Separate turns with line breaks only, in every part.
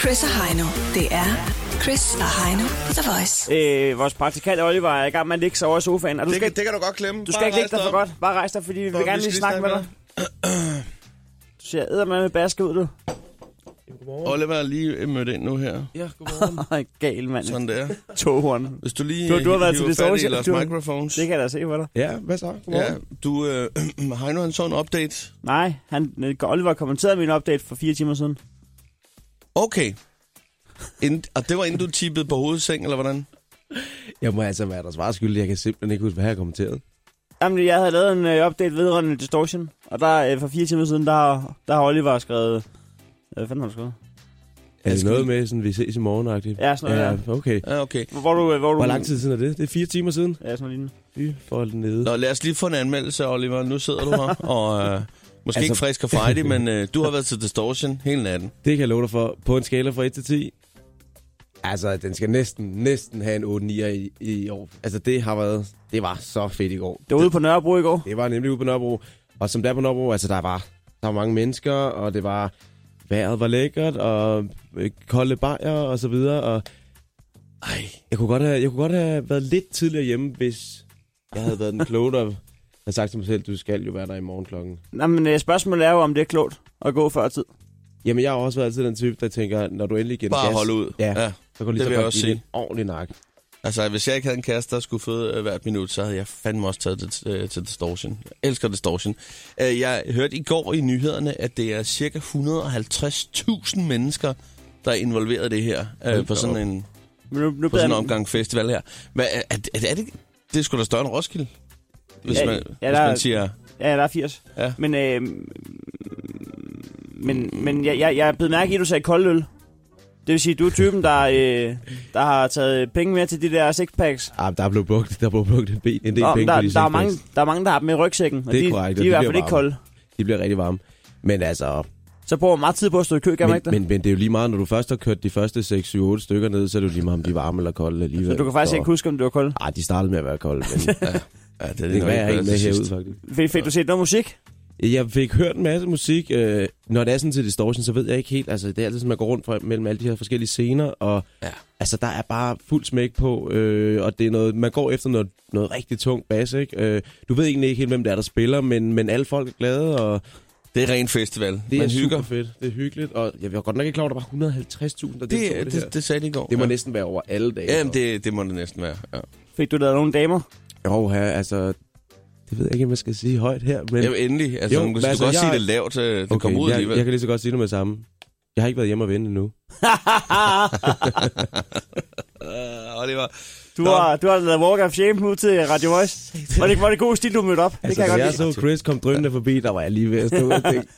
Chris og Heino. Det er Chris og Heino på The Voice.
Øh, vores praktikant Oliver er i gang med at ligge sig over i sofaen. Og du
Det,
skal,
skal...
ikke,
det kan du godt klemme.
du skal ikke ligge dig for godt. Bare rejse dig, fordi vi vil gerne lige snakke med dig. Du ser eddermame med baske ud, du.
Oliver er lige mødt ind nu her.
Ja, godmorgen.
Gal mand.
Sådan der.
Toghorn.
Hvis du lige øh,
Du- du har været til
hiver
det
fat
sovesal-
i Lars
du-
Microphones.
Det kan jeg da se for dig.
Ja, hvad så? Ja, du, øh, Heino, han så en update.
Nej, han, Oliver kommenterede min update for fire timer siden.
Okay. Ind, og det var inden du tippede på hovedseng, eller hvordan?
Jeg må altså være der svar skyldig. Jeg kan simpelthen ikke huske, hvad jeg har kommenteret.
Jamen, jeg havde lavet en øh, update vedrørende Distortion, og der øh, for fire timer siden, der, har- der har Oliver skrevet... Øh, hvad fanden har du skrevet?
Er det
skal
noget
vi-
med, sådan, vi ses i morgen -agtigt?
Ja, sådan noget,
ja. Okay.
Ja, okay.
Hvor- Hvor du... øh, Hvor, du
Hvor lang tid siden er det? Det er fire timer siden.
Ja, sådan noget lignende.
Fy for nede.
Nå, lad os lige få en anmeldelse, Oliver. Nu sidder du her, og øh, måske altså...
Altså-
ikke frisk og Friday, men øh, du har været til Distortion hele natten.
Det kan jeg love dig for. På en skala fra 1 til 10. Altså, den skal næsten, næsten have en 8-9 i, i år. Altså, det har været... Det var så fedt i går.
Det var ude på Nørrebro i går.
Det var nemlig ude på Nørrebro. Og som der er på Nørrebro, altså der var, der var mange mennesker, og det var, vejret var lækkert, og øh, kolde bajer og så videre. Og, ej, jeg kunne, godt have, jeg kunne godt have været lidt tidligere hjemme, hvis jeg havde været den kloge, der havde sagt til mig selv, du skal jo være der i morgen klokken.
Nå, men øh, spørgsmålet er jo, om det er klogt at gå før tid.
Jamen, jeg har også været altid den type, der tænker, når du endelig giver den
Bare
gas,
holde ud.
Ja,
Ja,
så kan du lige
det
så
vil jeg
godt
også
give den
sige.
en ordentlig nak.
Altså, hvis jeg ikke havde en kæreste, der skulle føde øh, hvert minut, så havde jeg fandme også taget det til, øh, til Distortion. Jeg elsker Distortion. Øh, jeg hørte i går i nyhederne, at det er cirka 150.000 mennesker, der er involveret i det her øh, på sådan en
Men nu, nu
på sådan en
jeg-
omgang festival her. Hvad, er, er, er, er det, det skulle da større end Roskilde, hvis,
Ja,
man,
ja,
ja, hvis
der-
man siger...
Ja, der er 80.
Ja.
Men, øh, men, men jeg, jeg, jeg blev mærke i, at du sagde koldøl. Det vil sige, at du er typen, der, øh, der har taget penge med til de der sixpacks.
Ah, der blev brugt, der blev brugt en, ben, en del
Nå, men
penge
der,
på de
der, er
seks
mange, der er mange, der har dem i rygsækken, og
Det er
de,
korrekt,
de
og
er i
de
hvert
bliver
fald ikke
varme.
kolde.
De bliver rigtig varme. Men altså,
Så bruger man meget tid på at stå i kø, kan man
men,
ikke det?
men, men det er jo lige meget, når du først har kørt de første 6, 7, 8 stykker ned, så er det jo lige meget, om de er varme eller kolde alligevel.
Så du kan faktisk ikke huske, om det var kolde.
Nej, de startede med at være kolde, men
Ja, det er
det kan være, jeg har en
bedre
med
til
herude,
sidst.
faktisk.
Fik, fik du set noget musik?
Jeg fik hørt en masse musik. Øh, når det er sådan til distortion, så ved jeg ikke helt. Altså, det er altid sådan, man går rundt fra, mellem alle de her forskellige scener, og
Ja.
ja. altså, der er bare fuld smæk på, øh, og det er noget, man går efter noget, noget rigtig tungt bas, ikke? Øh, du ved egentlig ikke helt, hvem det er, der spiller, men, men alle folk er glade, og
Det er ren festival.
det
man
er
hygger.
super fedt. Det er hyggeligt, og jeg var godt nok ikke klar, over, der var 150.000, der deltog i det,
Det,
det, her.
det,
Det,
det sagde de i går.
det må
ja.
næsten være over alle dage.
Jamen, det, det må det næsten være. Ja.
Fik du lavet nogle damer?
Jo, her, altså... Det ved jeg ikke, om jeg skal sige højt her, men...
Jamen, endelig. Altså,
Jo,
jo,
men
du kan
altså,
godt sige
jeg-
det lavt. øh, Det okay, kommer ud
jeg,
alligevel.
jeg kan lige så godt sige det med det samme. Jeg har ikke været hjemme og vende endnu.
Øh, og det var...
Du
Nå.
har, du har lavet Walk of Shame ud til Radio Voice. Var det, var det god stil, du mødte op? Det
Altså,
kan jeg
da
godt
jeg
lide.
så Chris kom drønende forbi, der var jeg lige ved at stå og tænke,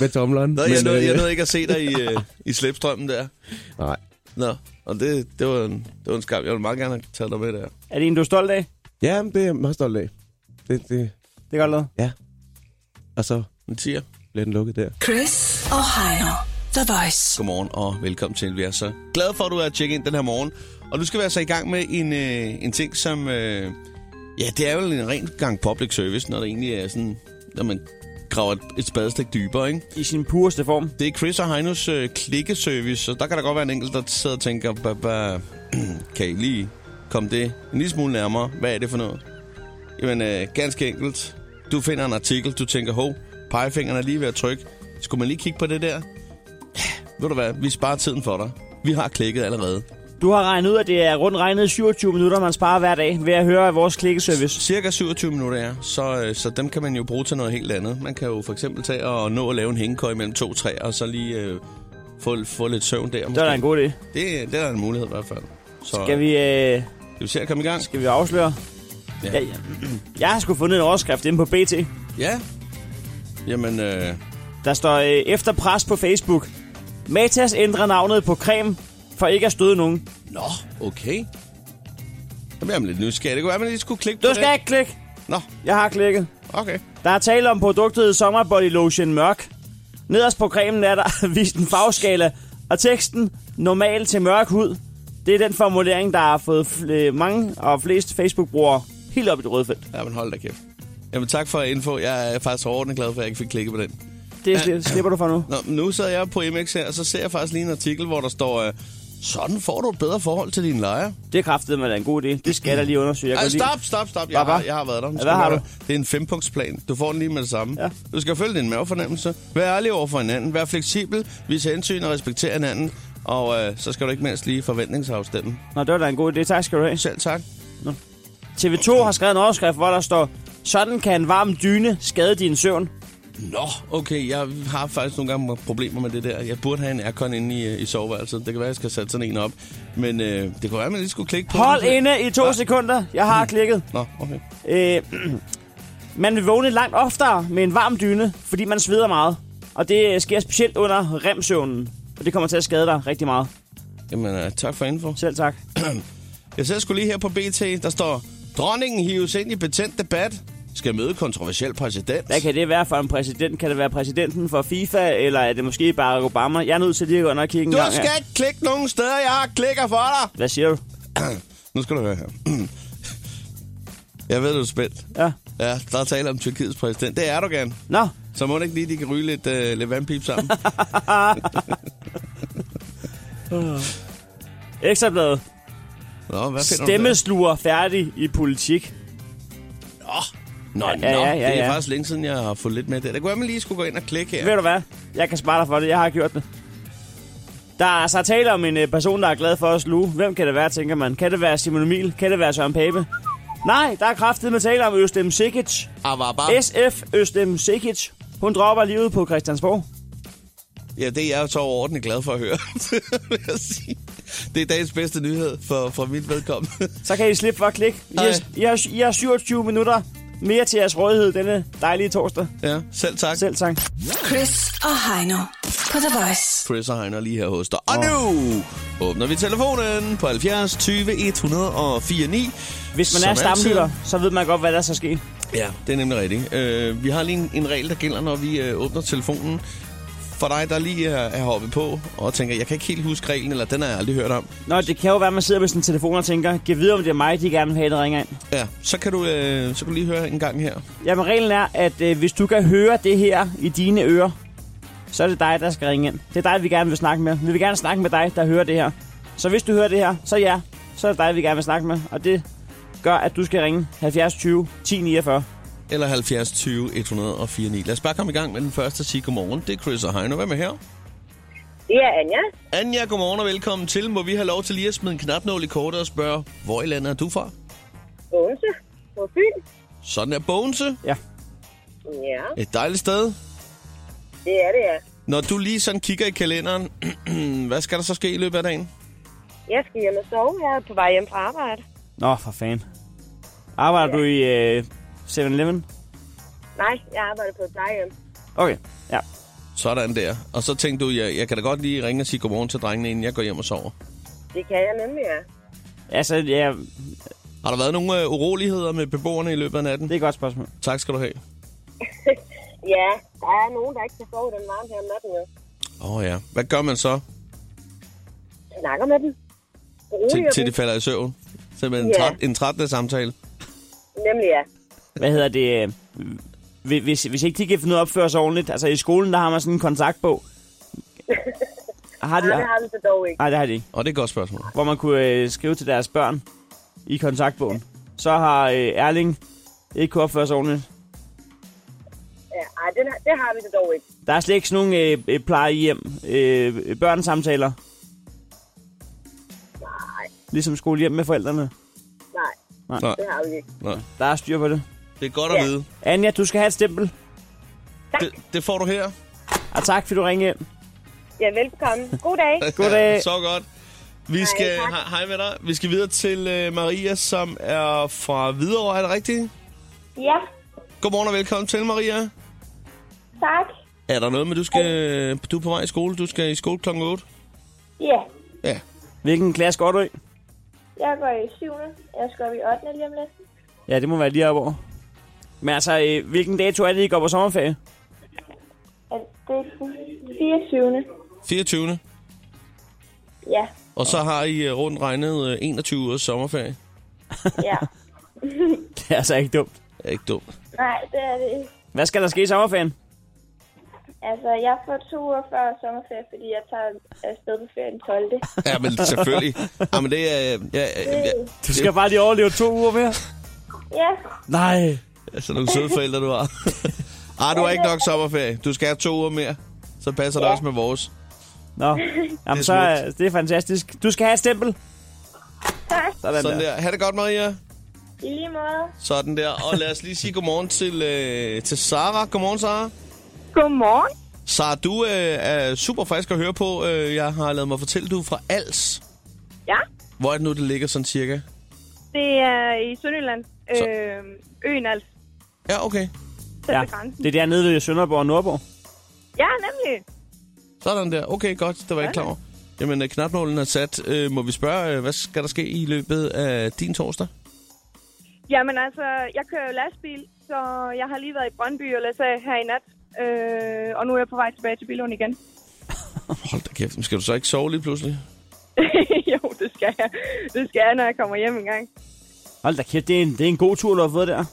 med tomleren.
Nå, jeg,
Men,
nåede, jeg
øh,
nåede ikke at se dig i, øh, i slæbstrømmen der.
Nej.
Nå, og det, det, var en, det var en skam. Jeg ville meget gerne have taget dig med der.
Er det en, du er stolt af?
Ja, men det er jeg meget stolt af. Det, det.
Det er godt lavet.
Og så
Men siger,
blev den lukket der.
Chris og Heino. The Voice.
godmorgen og velkommen til. Vi er så glade for, at du er tjekket ind den her morgen. Og du skal være så i gang med en, øh, en ting, som... Øh, ja, det er vel en ren gang public service, når det egentlig er sådan... Når man graver et, et spadestik dybere, ikke?
I sin pureste form.
Det er Chris og Heinos øh, klikkeservice, og der kan der godt være en enkelt, der sidder og tænker, "Hva- hva- kan I lige komme det en lille smule nærmere? Hvad er det for noget? Jamen, øh, ganske enkelt. Du finder en artikel, du tænker, hov, pegefingeren er lige ved at trykke. Skulle man lige kigge på det der? Ja, ved du hvad, vi sparer tiden for dig. Vi har klikket allerede.
Du har regnet ud, at det er rundt regnet 27 minutter, man sparer hver dag ved at høre af vores klikkeservice.
Cirka 27 minutter er, så, øh, så dem kan man jo bruge til noget helt andet. Man kan jo for eksempel tage og nå at lave en hængekøj mellem to træer, og så lige øh, få, få lidt søvn der.
Det er da en god idé.
Det, det er der en mulighed i hvert fald. Så
Skal vi, øh,
skal vi se at komme i gang?
skal vi afsløre?
Ja.
Ja, ja. Jeg har sgu fundet en overskrift inde på BT.
Ja. Jamen, øh,
Der står øh, efter pres på Facebook. Matas ændrer navnet på creme for ikke at støde nogen.
nå, okay. Så bliver man lidt nysgerrig. Det kunne være, man lige skulle klikke
Du
på
skal ikke klikke.
det. Nå,
Jeg har klikket.
okay.
Der er tale om produktet Summer Body Lotion Mørk. Nederst på cremen er der vist en farveskala, og teksten normal til mørk hud. Det er den formulering, der har fået fl- øh, mange og flest Facebook-brugere helt op i det røde felt.
Ja, men hold da kæft. Jamen, tak for info. Jeg er faktisk overordnet glad for, at jeg ikke fik klikket på den.
Det sli- slipper du for nu.
Nå, men nu sidder jeg på MX her, og så ser jeg faktisk lige en artikel, hvor der står, øh, sådan får du et bedre forhold til dine lejer.
Det er kraftet med en god idé. Det skal jeg da lige undersøge. Jeg
Ej,
kan lige...
stop, stop, stop. Jeg,
Hvad,
har,
hvad?
jeg har været der.
Ja, hvad har du?
Det er en fempunktsplan. Du får den lige med det samme.
Ja.
Du skal følge din mavefornemmelse. Vær ærlig over for hinanden. Vær fleksibel. Vis hensyn og respekter hinanden. Og øh, så skal du ikke mindst lige forventningsafstemme.
Nå, det var da en god idé. Tak skal du have.
Selv tak.
TV2 har skrevet en overskrift, hvor der står, sådan kan en varm dyne skade din søvn.
Nå, okay. Jeg har faktisk nogle gange problemer med det der. Jeg burde have en aircon inde i, øh, i soveværelset. Det kan være, jeg skal sætte sådan en op. Men øh, det kunne være, at man lige skulle klikke på
Hold
den.
inde i to
Hva?
sekunder. Jeg har klikket.
Mm. Nå, okay.
Øh, man vil vågne langt oftere med en varm dyne, fordi man sveder meget. Og det øh, sker specielt under remsøvnen. Og det kommer til at skade dig rigtig meget.
Jamen, øh, tak for info.
Selv tak.
Jeg ser sgu lige her på BT, der står, dronningen hives ind i betændt debat, skal møde kontroversiel præsident.
Hvad kan det være for en præsident? Kan det være præsidenten for FIFA, eller er det måske Barack Obama? Jeg er nødt til lige at gå ind og kigge en
Du
gang
skal
her.
ikke klikke nogen steder, jeg har klikker for dig.
Hvad siger du?
Nu skal du høre her. Jeg ved, du er spændt.
Ja.
Ja, der er tale om Tyrkiets præsident. Det er Erdogan.
Nå,
Så må det ikke lige, de kan ryge lidt, øh, lidt vandpip sammen.
Ekstrabladet.
Nå, hvad finder du
Stemmesluger færdig i politik.
der? Nå, nå, ja, ja, ja, ja. det er faktisk længe siden, jeg har fået lidt med det. Det kunne være, man lige skulle gå ind og klikke
Ja. Ved
her.
du hvad? Jeg kan spare dig for det. Jeg har gjort det. Der er altså tale om en øh, person, der er glad for at sluge. Hvem kan det være, tænker man? Kan det være Simon Emil? Kan det være Søren Pape? Nej, der er kraftet med tale om Østem Sikic.
Ah, var bare.
SF Østem Sikic. Hun dropper livet på Christiansborg.
Ja, det er jeg så overordentligt glad for at høre, vil jeg sige. Det er dagens bedste nyhed for, for mit vedkommende.
Så kan I slippe for at klikke. I har, I, har, I har 27 minutter mere til jeres rådighed denne dejlige torsdag.
Ja, selv tak. Selv.
Selv tak.
Chris og Heino på The Voice.
Chris og Heiner lige her hos dig. Og nu åbner vi telefonen på 70 20 104 9.
Hvis man er stamlytter, så ved man godt, hvad der så sker.
Ja, det er nemlig rigtigt. Øh, vi har lige en, en regel, der gælder, når vi øh, åbner telefonen. For dig, der lige er, er hoppet på og tænker, jeg kan ikke helt huske reglen, eller den har jeg aldrig hørt om.
Nå, det kan jo være, at man sidder med sin telefon og tænker, giv videre, om det er mig, de gerne vil have, der ringer ind.
Ja, så kan du, øh, så kan du lige høre en gang her.
Jamen, reglen er, at øh, hvis du kan høre det her i dine ører, så er det dig, der skal ringe ind. Det er dig, vi gerne vil snakke med. Vi vil gerne snakke med dig, der hører det her. Så hvis du hører det her, så ja, så er det dig, vi gerne vil snakke med. Og det gør, at du skal ringe 70 20 10 49.
Eller 70 20 104 9. Lad os bare komme i gang med den første og sige godmorgen. Det er Chris og Heino. Hvem er her?
Det er Anja.
Anja, godmorgen og velkommen til. Må vi have lov til lige at smide en knapnål i kortet og spørge, hvor i landet er du fra?
Bogense. På Fyn.
Sådan er Bogense.
Ja.
Ja,
Et dejligt sted.
det er det, ja.
Når du lige sådan kigger i kalenderen, hvad skal der så ske i løbet af dagen?
Jeg skal hjem og sove. Jeg er på vej hjem fra arbejde.
Nå, for fanden. Arbejder du i øh, 7-Eleven?
Nej, jeg arbejder på et plejehjem.
Okay, ja.
Sådan der. Og så tænkte du, jeg, jeg kan da godt lige ringe og sige godmorgen til drengene, inden jeg går hjem og sover.
Det kan jeg nemlig, ja.
Altså, ja,
Har der været nogle øh, uroligheder med beboerne i løbet af natten?
det er et godt spørgsmål.
Tak skal du have.
Ja, der er nogen, der ikke kan sove i den varme her om natten, jo.
Åh oh, ja. Hvad gør man så,
Snakker med dem.
til,
Roliger
til de
dem.
falder i søvn? Simpelthen en,
Ja.
træt, en trættende samtale.
Nemlig, ja.
hvad hedder det, øh, hvi- hvis, hvis ikke de kan finde ud af at opføre sig ordentligt, altså i skolen, der har man sådan en kontaktbog. Har de,
Nej, det har vi så dog ikke.
nej, det har de ikke.
Og det er et godt spørgsmål.
Hvor man kunne øh, skrive til deres børn i kontaktbogen. Så har øh, Erling ikke kunne opføre sig ordentligt.
Ja, ej, det, det har vi så dog ikke.
Der er slet ikke sådan nogle øh, øh, plejehjem, øh, børnesamtaler,
Nej,
ligesom skolehjem med forældrene.
nej,
Nej,
det har vi ikke.
nej.
Der er styr på det.
Det er godt at
Ja.
vide.
Anja, du skal have et stempel.
Det, det får du her.
Og tak, fordi du ringede ind.
Ja, velkommen. God dag.
Goddag.
Ja, så godt. Vi skal,
tak.
hej, hej med dig. Vi skal videre til øh, Maria, som er fra Hvidovre, er det rigtigt?
ja,
Godmorgen og velkommen til, Maria.
tak.
Er der noget med, du skal du er på vej i skole? Du skal i skole kl. 8?
Ja,
Ja.
Hvilken klasse går du i?
jeg går i 7. Jeg skal op i 8. lige om lidt.
Ja, det må være lige op over. Men altså, øh, hvilken dato er det, I går på sommerferie?
Er det ikke den 24.
24.
Ja,
Og så har I øh, rundt regnet øh, 21 ugers sommerferie.
ja.
Det er altså ikke dumt.
Det er ikke dumt.
Nej, det er det ikke.
Hvad skal der ske i sommerferien?
Altså, jeg får to uger før sommerferie, fordi jeg tager afsted på ferie den 12.
Ja, men selvfølgelig. Jamen, det er... øh, Ja, ja, ja,
Du skal bare lige overleve to uger mere.
Ja,
Nej.
Sådan Altså, nogle søde forældre, du har. Ah, du har ikke nok sommerferie. Du skal have to uger mere. Så passer det også med vores.
Nå, Jamen,
er
det, så, er- det er fantastisk. Du skal have et stempel.
tak.
Sådan,
Sådan
der.
der. Ha' det godt, Maria.
I lige måde.
Sådan der. Og lad os lige sige godmorgen til, øh, til Sara. Godmorgen, Sara.
Godmorgen.
Sara, du øh, er super frisk at høre på. Øh, Jeg har lavet mig fortælle, du er fra Als.
Ja,
Hvor er det nu, det ligger sådan cirka?
det er i Sønderjylland.
Så-
Øh, øen altså.
Ja, okay.
Tæt
Ja,
ved grænsen.
det er dernede ved Sønderborg og Nordborg.
Ja, nemlig.
Sådan der. Okay, godt. Det var jeg ikke klar over. Jamen, øh, knapnålen er sat. Øh, Må vi spørge, øh, hvad skal der ske i løbet af din torsdag?
Jamen altså, jeg kører jo lastbil, så jeg har lige været i Brøndby og læst af her i nat. Øh, og nu er jeg på vej tilbage til Bilund igen.
Hold da kæft. men Skal du så ikke sove lige pludselig?
jo, det skal jeg. Det skal jeg, når jeg kommer hjem engang.
Hold da kæft, det er en, det er en god tur, du har fået der.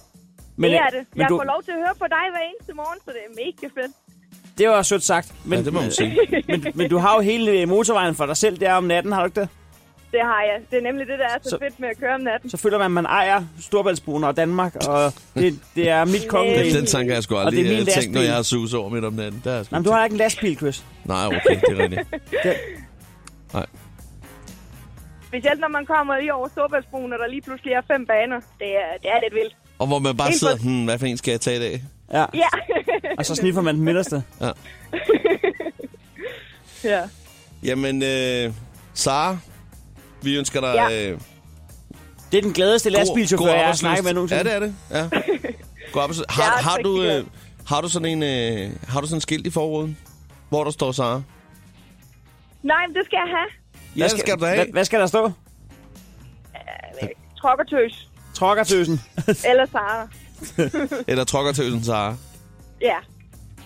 Men, det er det.
Men
Jeg
du,
får lov til at høre på dig hver eneste morgen, så det er mega fedt.
Det var sødt sagt. Men,
Ja, det må man sige.
men, men du har jo hele øh, motorvejen for dig selv der om natten, har du ikke det?
Det har jeg. Det er nemlig det, der er så,
Så-
så fedt med at køre om natten.
Så føler man, at man ejer Storbæltsbroen og Danmark, og det, det er mit kongerige.
Øh.
Den tanke har jeg sgu aldrig
det er min
øh, tænkt, når
lastbil.
jeg har sus over midt om natten. Der er jeg sgu
Jamen, du har ikke en lastbil, Chris.
Nej, okay, det er rigtigt.
Specielt når man kommer lige over Storbæltsbroen, og der lige pludselig er fem baner. Det er, det er lidt vildt.
Og hvor man bare
Helt
sidder,
for-
hmm, hvad for en skal jeg tage i dag?
Ja,
Ja.
og så sniffer man den midterste.
ja.
Jamen, øh, Sara, vi ønsker dig
Ja.
øh,
Det er den gladeste
god, god
lastbilchauffør, jeg har
arbejdsløst.
snakket med nogensinde.
Ja, det er det. Ja. God arbejdsløst.
Jeg
Har,
er
har, du,
rigtig
øh, har du sådan en øh, har du sådan en skilt i forruden, hvor der står Sara?
Nej, men det skal jeg have.
Ja, det skal du da
hvad,
have.
hvad skal der stå?
Øh, Trokkertøs.
Trokkertøsen.
Eller Sara.
Eller trokkertøsen Sara.
Ja.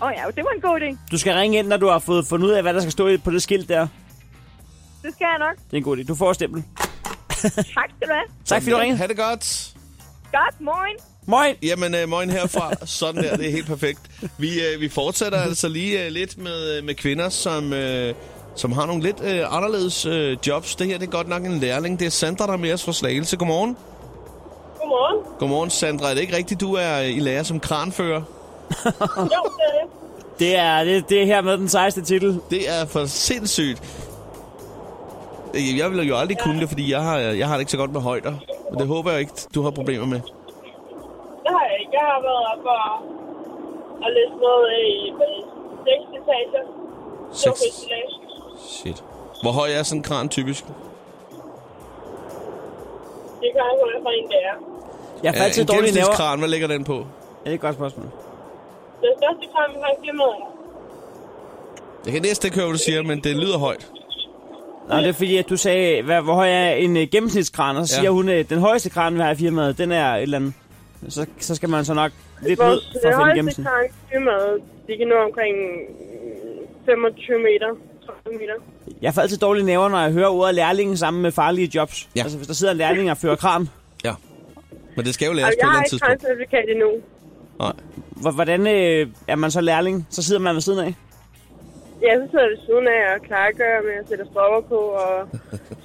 Åh oh, ja, det var en god idé.
Du skal ringe ind, når du har fået fundet ud af, hvad der skal stå i- på det skilt der.
Det skal jeg nok.
Det er en god idé. Du får et stempel.
Tak skal du have.
Tak fordi du ringede.
Ha' det godt.
Godt morgen.
Moin!
Jamen, øh, morgen herfra. Sådan der, det er helt perfekt. Vi, øh, vi fortsætter altså lige øh, lidt med, øh, med kvinder, som, øh, som har nogle lidt øh, anderledes øh, jobs. Det her det er godt nok en lærling. Det er Sandra, der er med os fra Slagelse. Godmorgen.
Godmorgen.
Godmorgen, Sandra. Er det ikke rigtigt, du er øh, i lære som kranfører?
Jo, det er det.
Det er, det, det er her med den sejeste titel.
Det er for sindssygt. Øh, Jeg ville jo aldrig kunne det, fordi jeg har, jeg har det ikke så godt med højder. Og det håber jeg ikke, du har problemer med.
Det har jeg ikke. Jeg har været oppe og, og læst noget i øh, seks etager.
Seks.
Seks.
Shit. Hvor høj er sådan en kran typisk?
Det kan jeg holde for en, det er.
Jeg får altid
en
dårlige næver.
gennemsnitskran, hvad ligger den på?
Ja, det er et godt spørgsmål.
Den største kamp har jeg glemt.
Jeg kan næsten ikke høre, hvad du siger, men det lyder højt.
Nå, det er fordi, at du sagde, hvad, hvor høj er en øh, gennemsnitskran, og så
Ja.
siger hun, at den højeste kran, vi har i firmaet, den er et eller andet. Så, så skal man så nok lidt ned
Vores
for at finde
højeste
gennemsnit.
krank i mad, de kan nå omkring mm, 25 meter. 30 meter.
Jeg får altid dårlige næver, når jeg hører ordet lærlingen sammen med farlige jobs.
Ja.
Altså, hvis der sidder en lærling og fører kran,
Ja. Men det skal jo
Og
læres på
jeg
et eller
har
andet
ikke
tidspunkt.
krankcertifikat endnu.
Nej.
h- hvordan øh, er man så lærling? Så sidder man ved siden af.
Ja, så sidder jeg ved siden af og klargør med at sætte stropper på og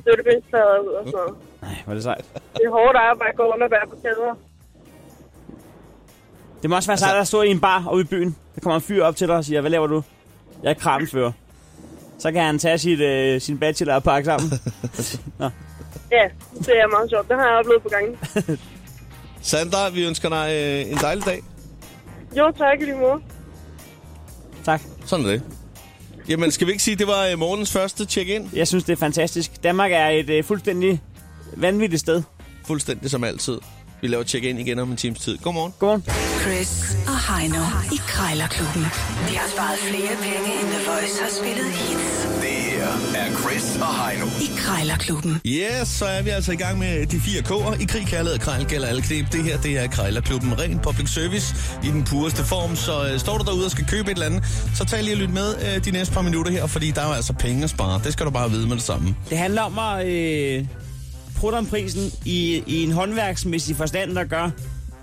støttebindsplader ud og sådan noget.
Nej, hvor er det sejt.
Det er hårdt arbejde at gå rundt og være på kæder.
Det må også være sejt at stå i en bar oppe i byen. Der kommer en fyr op til dig og siger, hvad laver du? Jeg er kranfører. Så kan han tage sit, øh, sin bachelor og pakke sammen.
Ja, det er meget sjovt. Det har jeg oplevet på gangen.
Sandra, vi ønsker dig øh, en dejlig dag.
Jo, tak i lige måde.
tak.
Sådan er det. Jamen, skal vi ikke sige, at det var øh, morgens første check-in?
Jeg synes, det er fantastisk. Danmark er et øh, fuldstændig vanvittigt sted.
Fuldstændig som altid. Vi laver check-in igen om en times tid. Godmorgen.
Godmorgen.
Chris og Heino i Krejlerklubben. De har sparet flere penge, end The Voice har spillet hits
Det her er Chris og Heino.
i Krejlerklubben.
Yes, så er vi altså i gang med de fire K'er. I krig, kærlighed og krejl gælder alle knep. Det her, det er Krejlerklubben. Ren public service i den pureste form. Så øh, står du derude og skal købe et eller andet, så tag lige og lyt med øh, de næste par minutter her, fordi der er jo altså penge at spare. Det skal du bare vide med det samme.
Det handler om at øh, prutte om prisen i, i en håndværksmæssig forstand, der gør,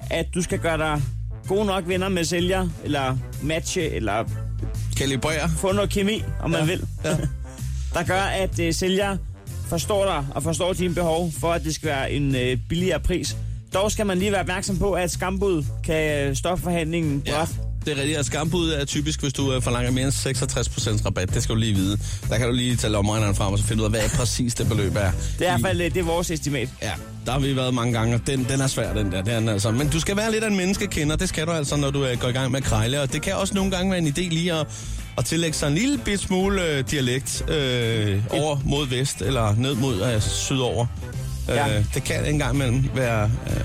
at du skal gøre dig gode nok venner med sælger, eller matche, eller
Kalibrere.
få noget kemi, om man vil,
Ja.
der gør, at øh, sælger forstår dig og forstår dine behov for, at det skal være en øh, billigere pris. Dog skal man lige være opmærksom på, at skambud kan øh, stoppe forhandlingen.
Ja,
brat.
det er rigtigt. Og skambud er typisk, hvis du øh, forlanger mere end 66% rabat. Det skal du lige vide. Der kan du lige tage lommeregneren frem og så finde ud af, hvad præcis det beløb er.
Det er i hvert fald øh, det er vores estimat.
Ja, der har vi været mange gange, og den, den er svær, den der. Det er den altså. Men du skal være lidt af en menneskekender, det skal du altså, når du øh, går i gang med at krejle. Og det kan også nogle gange være en idé lige at, at tillægge sig en lille bit smule øh, dialekt øh, over mod vest, eller ned mod øh, sydover.
Ja.
Ja. Øh, det kan en gang imellem være øh,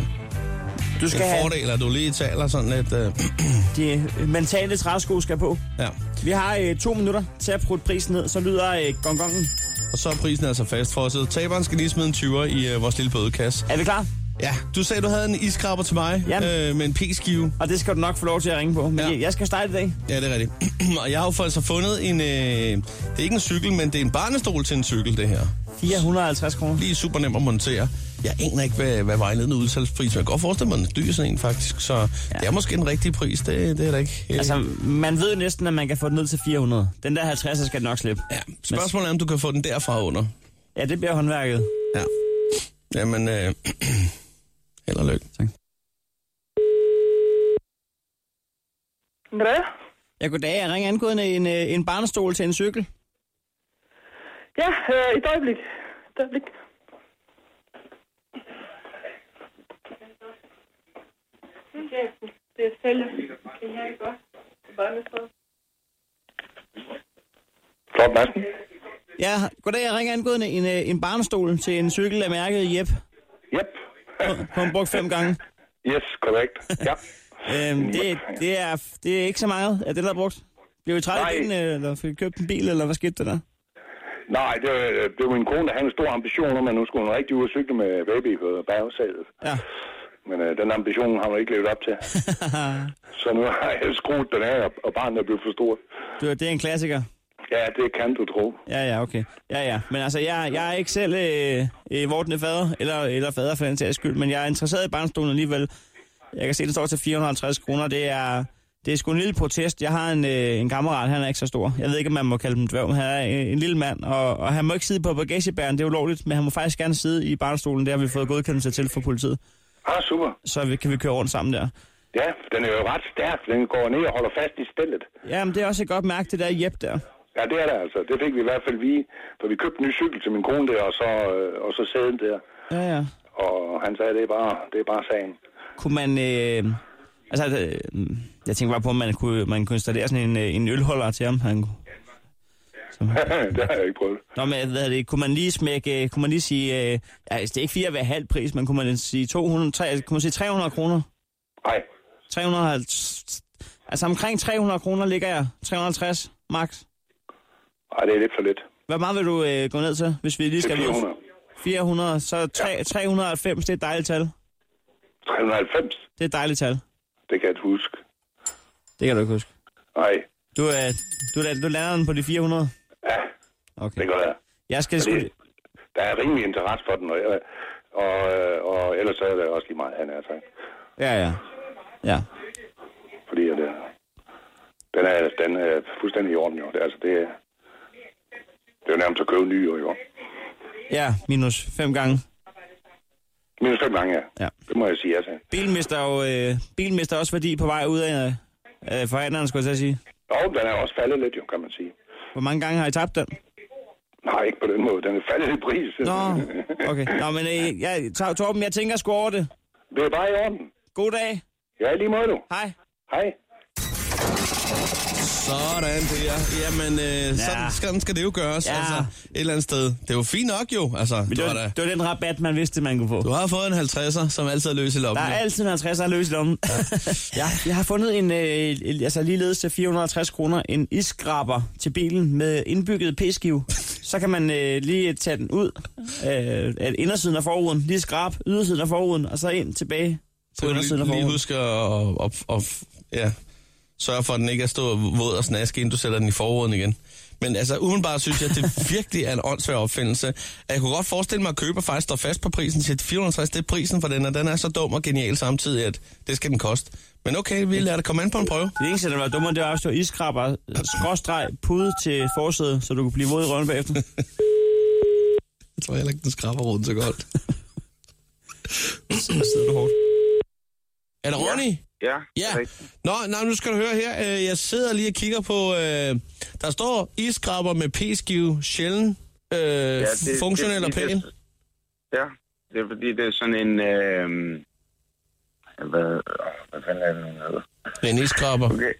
Du
en
skal have
fordel, at du lige taler sådan lidt. Øh,
de øh, mentale træsko skal på.
ja.
Vi har øh, to minutter til at prutte prisen ned, så lyder øh, gongongen.
Og så er prisen altså fast for os. Taberen skal lige smide en 20'er i øh, vores lille bødekasse.
Er vi klar?
Ja, du sagde, du havde en iskraber til mig
Jamen.
øh, med en p-skive.
Og det skal du nok få lov til at ringe på. Men
Ja.
ja. jeg skal starte i dag.
Ja, det er rigtigt. og jeg har jo for altså fundet en... Øh, det er ikke en cykel, men det er en barnestol til en cykel, det her.
450 kroner.
Lige super nem at montere. Jeg aner ikke, hvad, hvad vejledende udsalgspris er. Jeg kan godt forestille mig, den er dyr sådan en faktisk. Så ja. det er måske en rigtig pris, det, det er da ikke. Øh,
Altså, man ved næsten, at man kan få den ned til 400. Den der 50 skal nok slippe.
ja. Spørgsmålet er, om du kan få den derfra under.
Ja, det bliver håndværket.
Ja. Jamen, øh, held og lykke. Tak.
Hvad?
Jeg kunne dag, jeg ringer angående en, øh, en barnestol til en cykel.
Ja, øh, et øjeblik. Et øjeblik. Det er Stella. Kan I have det godt?
Flot Madsen.
Ja, goddag, jeg ringer angående en, øh, en barnestol til en cykel af mærket Jep.
Yep.
Hun brugt fem gange.
Yes, korrekt. Ja.
Øhm, det, det, er, det er ikke så meget af det, der er brugt. Blev I træt
Nej.
af bilen, øh, eller fik I købt en bil, eller hvad skete der der?
Nej, det var, det var min kone, der havde en stor ambition om, at nu skulle hun rigtig ud og cykle med baby på bagsalet.
Ja.
Men øh, den ambition har hun ikke levet op til. Så nu har jeg skruet den af, og- og barnet er blevet for stort.
Du, det er en klassiker.
Ja, det kan du tro.
Ja, ja, okay. Ja, ja. Men altså, jeg, jeg er ikke selv øh, øh, vortende fader, eller, eller fader for den sags skyld, men jeg er interesseret i barnstolen alligevel. Jeg kan se, den står til 450 kroner. Det er, det er sgu en lille protest. Jeg har en, øh, en kammerat, han er ikke så stor. Jeg ved ikke, om man må kalde dem dværg, men han er en, en lille mand, og, og han må ikke sidde på bagagebæren, det er ulovligt, men han må faktisk gerne sidde i barnstolen, det har vi fået godkendelse til fra politiet.
Ah, super.
Så vi, kan vi køre rundt sammen der.
Ja, den er jo ret stærk. Den går ned og holder fast i stillet.
Jamen, det er også et godt mærke, det der Jep der.
Ja, det er det altså. Det fik vi i hvert fald vi, for vi købte en ny cykel til min kone der, og så, øh, og så sæden der.
Ja, ja.
Og han sagde, det er bare, det er bare sagen.
kunne man... Øh, altså, øh, jeg tænkte bare på, om man kunne, man kunne installere sådan en, øh, en ølholder til ham. Han, kunne-
det har jeg ikke prøvet.
Nå, men hvad er det, kunne man lige smække... øh, Kunne man lige sige... Øh, altså, det er ikke fire ved halv pris, men kunne man sige 200... Tre, altså, kunne man sige 300 kroner?
Nej,
350... Altså, omkring 300 kroner ligger jeg. 350 max.
Ej, det er lidt for lidt.
Hvor meget vil du øh, gå ned til, hvis vi lige
Det er
skal...
400.
400, så tre, 390, det er et dejligt tal.
390,
Det er et dejligt tal.
det kan jeg ikke huske.
Det kan du ikke huske.
Nej,
Du, øh, du, la- du lander den på de 400?
ja,
Okay.
det kan være.
Jeg skal sgu...
Det, der er rimelig interesse for den, og, jeg- og, og ellers er det også lige meget, han er sagt.
Ja, ja. Ja.
Fordi at, øh, den, er, den er fuldstændig i orden, jo. Det, er altså, det, er- det er jo nærmest at købe nye, jo, jo.
Ja, minus fem gange.
Minus fem gange, ja.
Ja.
Det må jeg sige, altså.
Bilen mister jo øh, bilen mister også værdi på vej ud af øh, forhandleren, skulle jeg til at sige.
Og den er også faldet lidt, jo, kan man sige.
Hvor mange gange har I tabt den?
Nej, ikke på den måde. Den er faldet i pris.
Nå, okay. Nå, men øh, jeg, Tor- Torben, jeg tænker sgu over det.
Det er bare i orden.
God dag.
Ja, i lige måde nu.
Hej.
Hej.
Sådan der. Jamen, øh, ja. sådan, sådan skal det jo gøres. Ja.
Ja.
Altså, et eller andet sted. Det er jo fint nok jo. Altså,
Men
du,
det,
har
var,
da,
det var den rabat, man vidste, man kunne få.
du har fået en 50'er, som altid er løs i
Der
lommen.
er
jo.
altid en 50'er løs i lommen. ja, jeg har fundet en, øh, en- altså ligeledes til 450 kroner, en iskraber til bilen med indbygget p-skive. Så kan man øh, lige tage den ud øh, af indersiden af forruden, lige skrab ydersiden af forruden, og så ind tilbage
Så
på
kan du
undersiden af
lige, lige
forruden.
huske at, at, at, at ja, Sørg for, at den ikke er stå våd og snaske, inden du sætter den i forruden igen. Men altså, udenbart synes jeg, at det virkelig er en åndssvær opfindelse. At Jeg kunne godt forestille mig, at køber faktisk står fast på prisen til 450. Det er prisen for den, og den er så dum og genial samtidig, at det skal den koste. Men okay, vi lader det komme an på en prøve.
Det eneste, der var dummere, det var, at du iskrabber øh, skråstreg pude til forsædet, så du kunne blive våd i røven bagefter.
Jeg tror heller ikke, den skraber rundt så godt. så sidder du hårdt. Er det Ronny?
Ja,
Ja.
rigtigt.
Nå, nej, nu skal du høre her. Øh, Jeg sidder lige og kigger på... øh, Der står iskrabber med p-skive, sjældent, øh, ja,
det-
funktionel
det-
og pæn.
det- Ja, det er fordi, det er sådan en... Øh, hvad, åh, hvad fanden er det, nu, den hedder?
En iskrabber.
Okay.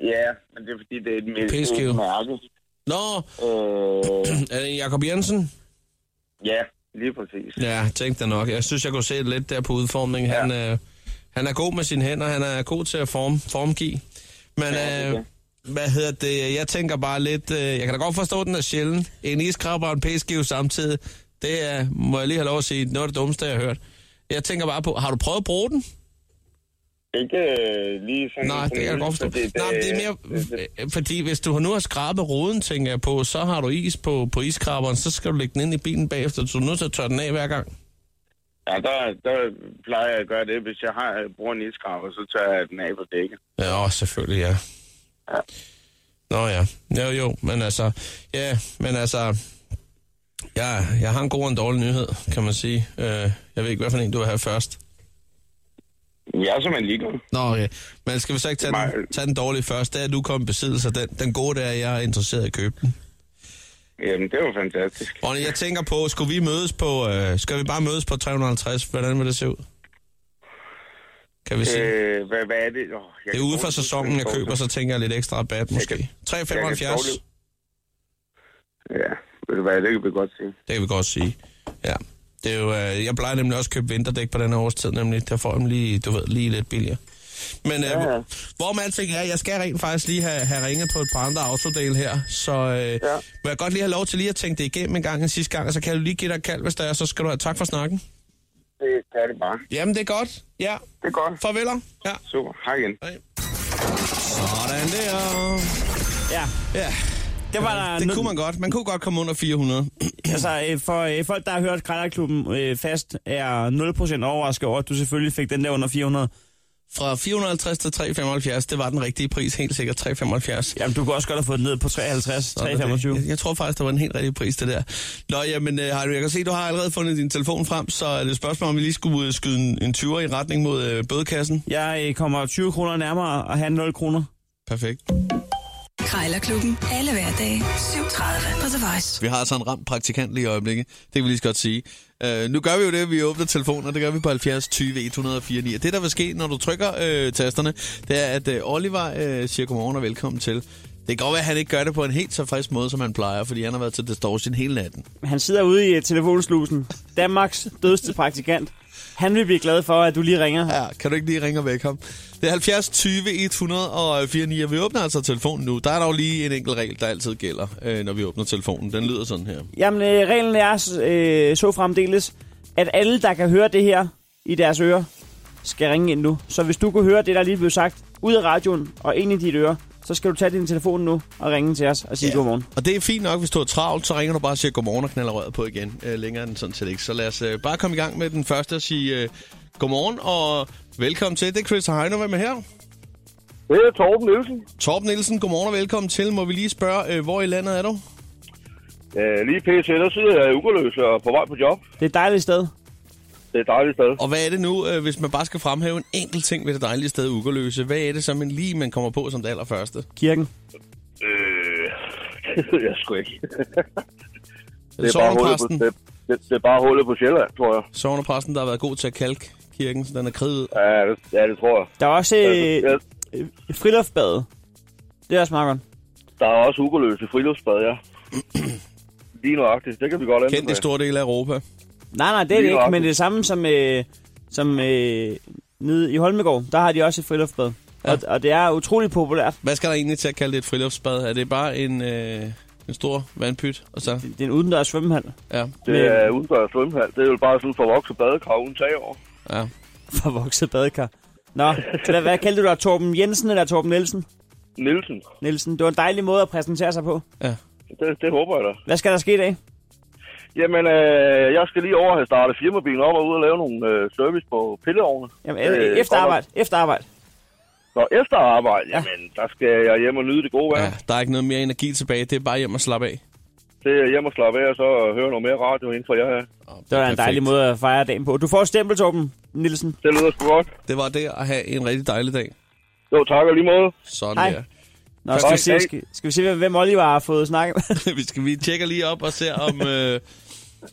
Ja, men det er fordi, det er et, mæ-
Pæskive.
et mærke.
Nå,
Øh,
er det en Jacob Jensen?
ja, lige præcis.
Ja, tænkte jeg nok. Jeg synes, jeg kunne se det lidt der på udformningen. Han, øh, han er god med sine hænder, han er god til at form, formgive. Men
Ja,
øh,
det er det.
hvad hedder det? Jeg tænker bare lidt... Øh, jeg kan da godt forstå, at den er sjældent. En iskrabber og en p-skive samtidig. Det er, må jeg lige have lov at sige, noget af det dummeste, jeg har hørt. Jeg tænker bare på, har du prøvet at bruge den?
Ikke øh, lige sådan...
Nej, det kan jeg godt forstå.
fordi
Nej, men det er mere, øh, fordi hvis du nu har skrabet roden, tænker jeg på, så har du is på, på iskraberen, så skal du lægge den ind i bilen bagefter, så du er nødt til at tørre den af hver gang.
Ja, der, der plejer jeg at gøre det. Hvis jeg har, bruger en iskraber, så tager jeg den af på dækket.
Ja, åh, selvfølgelig, ja. Nå ja, jo jo, men altså, ja, men altså, ja, jeg har en god og en dårlig nyhed, kan man sige. Øh, jeg ved ikke, hvad for en du vil have først.
Jeg er simpelthen ligeglad.
Nå, okay. Men skal vi så ikke tage, den,
Nej.
tage den dårlige først? Det er, at du kom i besiddelse. af Den, den gode, det er, at jeg er interesseret i at købe den.
Jamen, det var fantastisk.
Ronny, jeg tænker på, skulle vi mødes på, øh, skal vi bare mødes på 350? Hvordan vil det se ud? Kan vi sige? Øh,
Øh, hvad, hvad er det? Oh, jeg
det er
kan
ude for
dårligt-
sæsonen, jeg
kan
køber, så tænker jeg lidt ekstra rabat måske.
kan-
375,
dårligt- Ja, ved du hvad, det kan vi godt se.
det kan vi godt sige. Ja. Det er jo, øh, jeg plejer nemlig også at købe vinterdæk på den her årstid, nemlig. Der får jeg dem lige, du ved, lige lidt billigere. Men øh, ja,
Ja,
ja.
ja.
hvor man alting er, jeg skal rent faktisk lige have, have ringet på et par andre autodel her, så øh, ja. må jeg godt lige have lov til lige at tænke det igennem en gang en sidste gang, og så kan du lige give dig et kald, hvis der er, så skal du have tak for snakken.
Det er det bare.
Jamen, det er godt. Ja,
Det er godt.
farveler. Ja.
Super. Hej igen.
Sådan der.
Ja,
Ja,
det var der
det
nød-
kunne man godt. Man kunne godt komme under 400.
Altså, øh, for øh, folk, der har hørt Krejlerklubben øh, fast, er 0% overrasket over, at du selvfølgelig fik den der under 400.
Fra 450 til 375, det var den rigtige pris, helt sikkert 375.
Jamen, du kunne også godt have fået den ned på 53, 325.
Jeg, jeg tror faktisk, det var en helt rigtig pris, det der. Nå, jamen, øh, Heino, jeg kan se, du har allerede fundet din telefon frem, så er det et spørgsmål, om vi lige skulle øh, skyde en, en 20'er i retning mod øh, bødekassen.
Jeg øh, kommer 20 kroner nærmere og han 0 kroner.
Perfekt.
Krejlerklubben. Alle hverdage. 7.30 på The Voice.
Vi har altså en ramt praktikant lige i øjeblikket. Det kan vi lige så godt sige. Øh, nu gør vi jo det, at vi åbner telefoner. Det gør vi på 70 20 104 9. Det, der vil ske, når du trykker øh, tasterne, det er, at øh, Oliver øh, siger godmorgen og velkommen til. Det kan godt være, at han ikke gør det på en helt så frisk måde, som han plejer, fordi han har været til distortion hele natten.
Han sidder ude i øh, telefonslusen. Danmarks dødste praktikant. Han vil blive glad for, at du lige ringer.
Ja, kan du ikke lige ringe og vække ham? Det er 70 20 104 9, og vi åbner altså telefonen nu. Der er dog lige en enkelt regel, der altid gælder, øh, når vi åbner telefonen. Den lyder sådan her.
Jamen, øh, reglen er øh, så fremdeles, at alle, der kan høre det her i deres ører, skal ringe ind nu. Så hvis du kunne høre det, der lige blev sagt, ud af radioen og ind i dit øre, så skal du tage din telefon nu og ringe til os og sige
Ja.
ja. godmorgen.
Og det er fint nok, hvis du er travlt, så ringer du bare og siger godmorgen og knaller røret på igen. Øh, længere end sådan set ikke. Så lad os øh, bare komme i gang med den første og sige øh, godmorgen og velkommen til. Det er Chris og Heino, hvem er her?
Det er Torben Nielsen.
Torben Nielsen, godmorgen og velkommen til. Må vi lige spørge, øh, hvor i landet er du?
Øh, lige pt. der sidder jeg ugerløs og på vej på job.
Det er et dejligt sted.
Det er et dejligt sted.
Og hvad er det nu, øh, hvis man bare skal fremhæve en enkelt ting ved det dejlige sted Ugerløse? Hvad er det så, man lige man kommer på som det allerførste?
Kirken.
Øh, det ved jeg sgu ikke.
Det er
hullet på,
Sovnepræsten,
det, det, det er bare hullet på Sjælland, tror jeg.
Sovnepræsten, der har været god til at kalke kirken, så den er kriget.
Ja, det, ja, det tror jeg.
Der er også
Altså,
øh,
ja,
friluftbadet. Det er også meget godt.
der er også ugerløse friluftsbad, ja. Lige nøjagtigt. Det kan vi godt ændre
Kendt i
med.
store dele af Europa.
Nej, nej, det er det
Lige
ikke,
nøjagtigt.
men det er det samme som, øh, som øh, nede i Holmegård. Der har de også et friluftsbad. Ja. Og, og det er utrolig populært.
Hvad skal der egentlig til at kalde det et friluftsbad? Er det bare en, øh, en stor vandpyt? Og så,
Det er en udendørs svømmehal
ja.
Det er udendørs svømmehal. Det er jo bare sådan for vokse badekar uden tag over.
Ja.
for vokset badekar. Nå, så hvad, hvad kaldte du dig? Torben Jensen eller Torben Nielsen?
Nielsen.
Nielsen. Det var en dejlig måde at præsentere sig på.
Det, det håber jeg da.
Hvad skal der ske i dag?
Jamen, øh, jeg skal lige over og have startet firmabilen op og ud og lave nogle øh, service på pilleovne.
Jamen, øh, efter arbejde. Efter arbejde.
Nå, efter arbejde? Jamen, der skal jeg hjem og nyde det gode vejr.
Ja, der er ikke noget mere energi tilbage. Det er bare hjem og slappe af.
Det er hjem og slappe af, og så høre noget mere radio inden for jer.
Det var en dejlig måde at fejre dagen på. Du får et stempel, Torben Nielsen.
Det lyder sgu godt.
Det var det at have en rigtig dejlig dag.
Jo, tak og lige måde.
Sådan
Hej.
der.
Nå, skal vi, se, skal, skal vi se, hvem Oliver har fået snakket med?
vi, skal, vi tjekker lige op og ser om... Øh,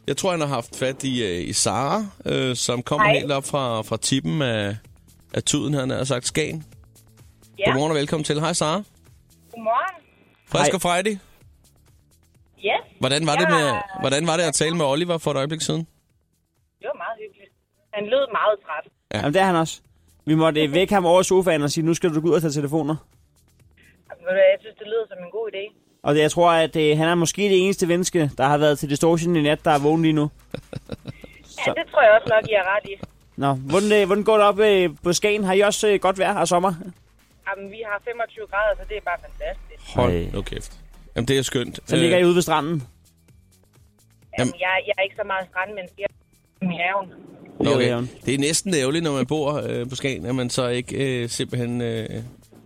jeg tror, han har haft fat i, øh, i Sara, øh, som kommer
Hej.
helt op fra, fra tippen af, af tuden, han har sagt Skagen.
Ja.
Godmorgen og velkommen til. Hej Sara.
Godmorgen.
Frisk og Friday.
Yes,
Hvordan var, det med, hvordan var det at tale med Oliver for et øjeblik siden?
det var meget hyggeligt. Han lød meget træt.
Ja.
Jamen, det er han også. Vi måtte øh, vække ham over i sofaen og sige, nu skal du gå ud og tage telefoner.
Ved du hvad, Jeg synes, det lyder som en god idé.
Og det- jeg tror, at øh, han er måske det eneste menneske, der har været til distortion i nat, der er vågen lige nu.
Ja, det tror jeg også nok, I har ret i.
Nå, hvordan, øh, hvordan går det op øh, på Skagen? Har I også øh, godt vejr og sommer?
Jamen, vi har 25 grader, så det er bare fantastisk.
Hold nu kæft. Jamen, det er skønt. Øh,
Så ligger I ude ved stranden.
Jamen, jeg, jeg er ikke så meget strandmenneske. Jeg er i haven.
Nå, Okay. Det er næsten ærgerligt, når man bor øh, på Skagen, at man så ikke øh, simpelthen øh,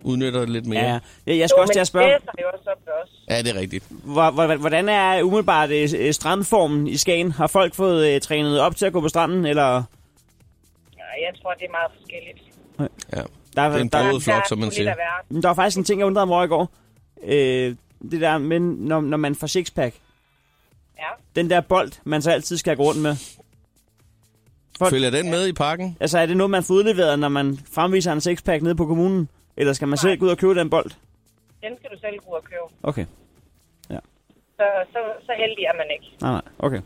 udnytter det lidt mere.
Ja, jeg, jeg skal
Jo,
også til
men
at spørge,
Det er jo også op til os.
ja det er rigtigt.
hvor- hvor- hvordan er umiddelbart øh, øh, strandformen i Skagen? Har folk fået øh, trænet op til at gå på stranden, eller...
Ja, Jeg tror, det er meget forskelligt.
Ja.
Der,
Det er en
der-
broget flok, som man
sgu lidt
siger.
af hvert.
Men Der var faktisk en ting, jeg undrede mig over i går. Øh, det der, men når, når man får sixpack.
Ja.
Den der bold, man så altid skal gå rundt med. Folk-
Følger den med i pakken?
Altså, er det noget, man får udleveret, når man fremviser en sixpack nede på kommunen? Eller skal man selv gå ud og købe den bold?
Den skal du selv gå og købe.
Okay.
Så, så, så heldig er man ikke.
Nej, nej. Okay.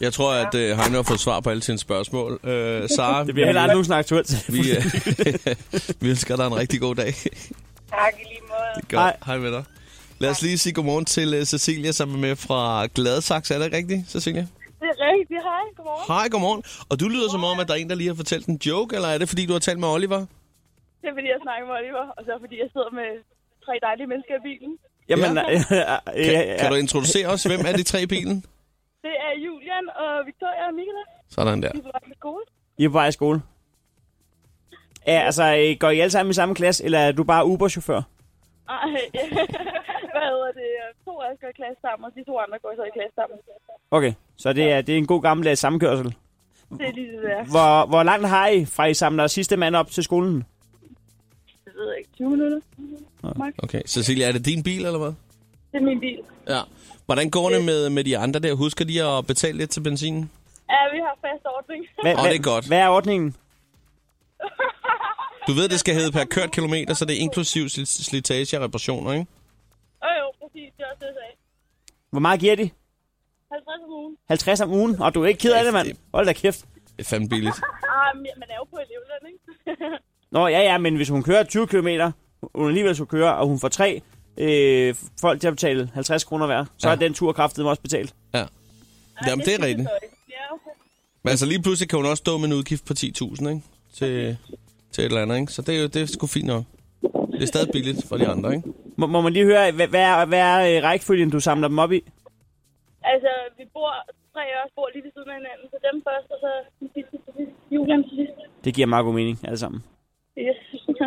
Jeg tror, at øh, Heino har fået svar på alle sine spørgsmål. Øh, Sara,
Det bliver heller aldrig nogen aktuelt.
vi, øh, vi ønsker dig en rigtig god dag.
Tak i lige måde.
Godt. Hej. Hej med dig. Lad os lige sige godmorgen til øh, Cecilia, som er med fra Gladsaxe. Er det rigtigt, Cecilia?
Det er rigtigt. Hej, godmorgen.
Hej, godmorgen. Og du lyder som om, at der er en, der lige har fortalt en joke, eller er det, fordi du har talt med Oliver?
Det er fordi, jeg snakker med Oliver, og så er fordi, jeg sidder med tre dejlige mennesker i bilen.
Jamen, ja. øh, øh,
Kan,
øh,
kan du introducere os? Hvem er de tre i bilen?
Det er Julian og Victoria og Mikael.
Sådan der.
De er på vej til skole.
I er på vej i skole. Ja, altså, øh, går I alle sammen i samme klasse, eller er du bare Uber-chauffør?
Ej, ja. hvad hedder det? To af os går i klasse sammen, og de to andre går så i klasse sammen.
Okay, så det er, det er en god gammeldags samkørsel.
Det er lige det der.
Hvor, hvor langt har I, fra I samler sidste mand op til skolen?
Jeg ved ikke, 20 minutter. Max.
Okay, Cecilia, er det din bil, eller hvad?
Det er min bil.
Ja. Hvordan går
Øh.
det med, med de andre der? Husker de at betale lidt til benzinen?
Ja, vi har fast ordning.
Åh, det er godt.
Hvad er ordningen?
Du ved, det skal hedde per kørt kilometer, så det er inklusiv sli- slitage og reparationer, ikke?
Åh jo, præcis. Det er også det, jeg sagde.
Hvor meget giver de?
50 om ugen.
50 om ugen, og du er ikke ked af det, mand. Hold da kæft.
Det er fandme billigt.
Ah, men man er jo på elevløn, ikke?
Nå, ja, ja, men hvis hun kører 20 km, hun alligevel skulle køre, og hun får tre øh, folk til at betale 50 kroner hver, så
Ja.
ja. er den tur kraftedeme også betalt.
Ja. Jamen, det er rigtigt.
Ja,
Men altså lige pludselig kan hun også stå med en udgift på 10.000, ikke? Til, til et eller andet, ikke? Så det er jo det er sgu fint nok. Det er stadig billigt for de andre, ikke?
Må, må man lige høre, hvad, hvad, er, hvad er øh, rækkefølgen, du samler dem op i?
Altså, vi bor, tre af os bor lige ved siden af hinanden, så dem først, og så den sidste til sidst. Julian til sidst.
Det giver meget god mening, alle sammen.
Yes.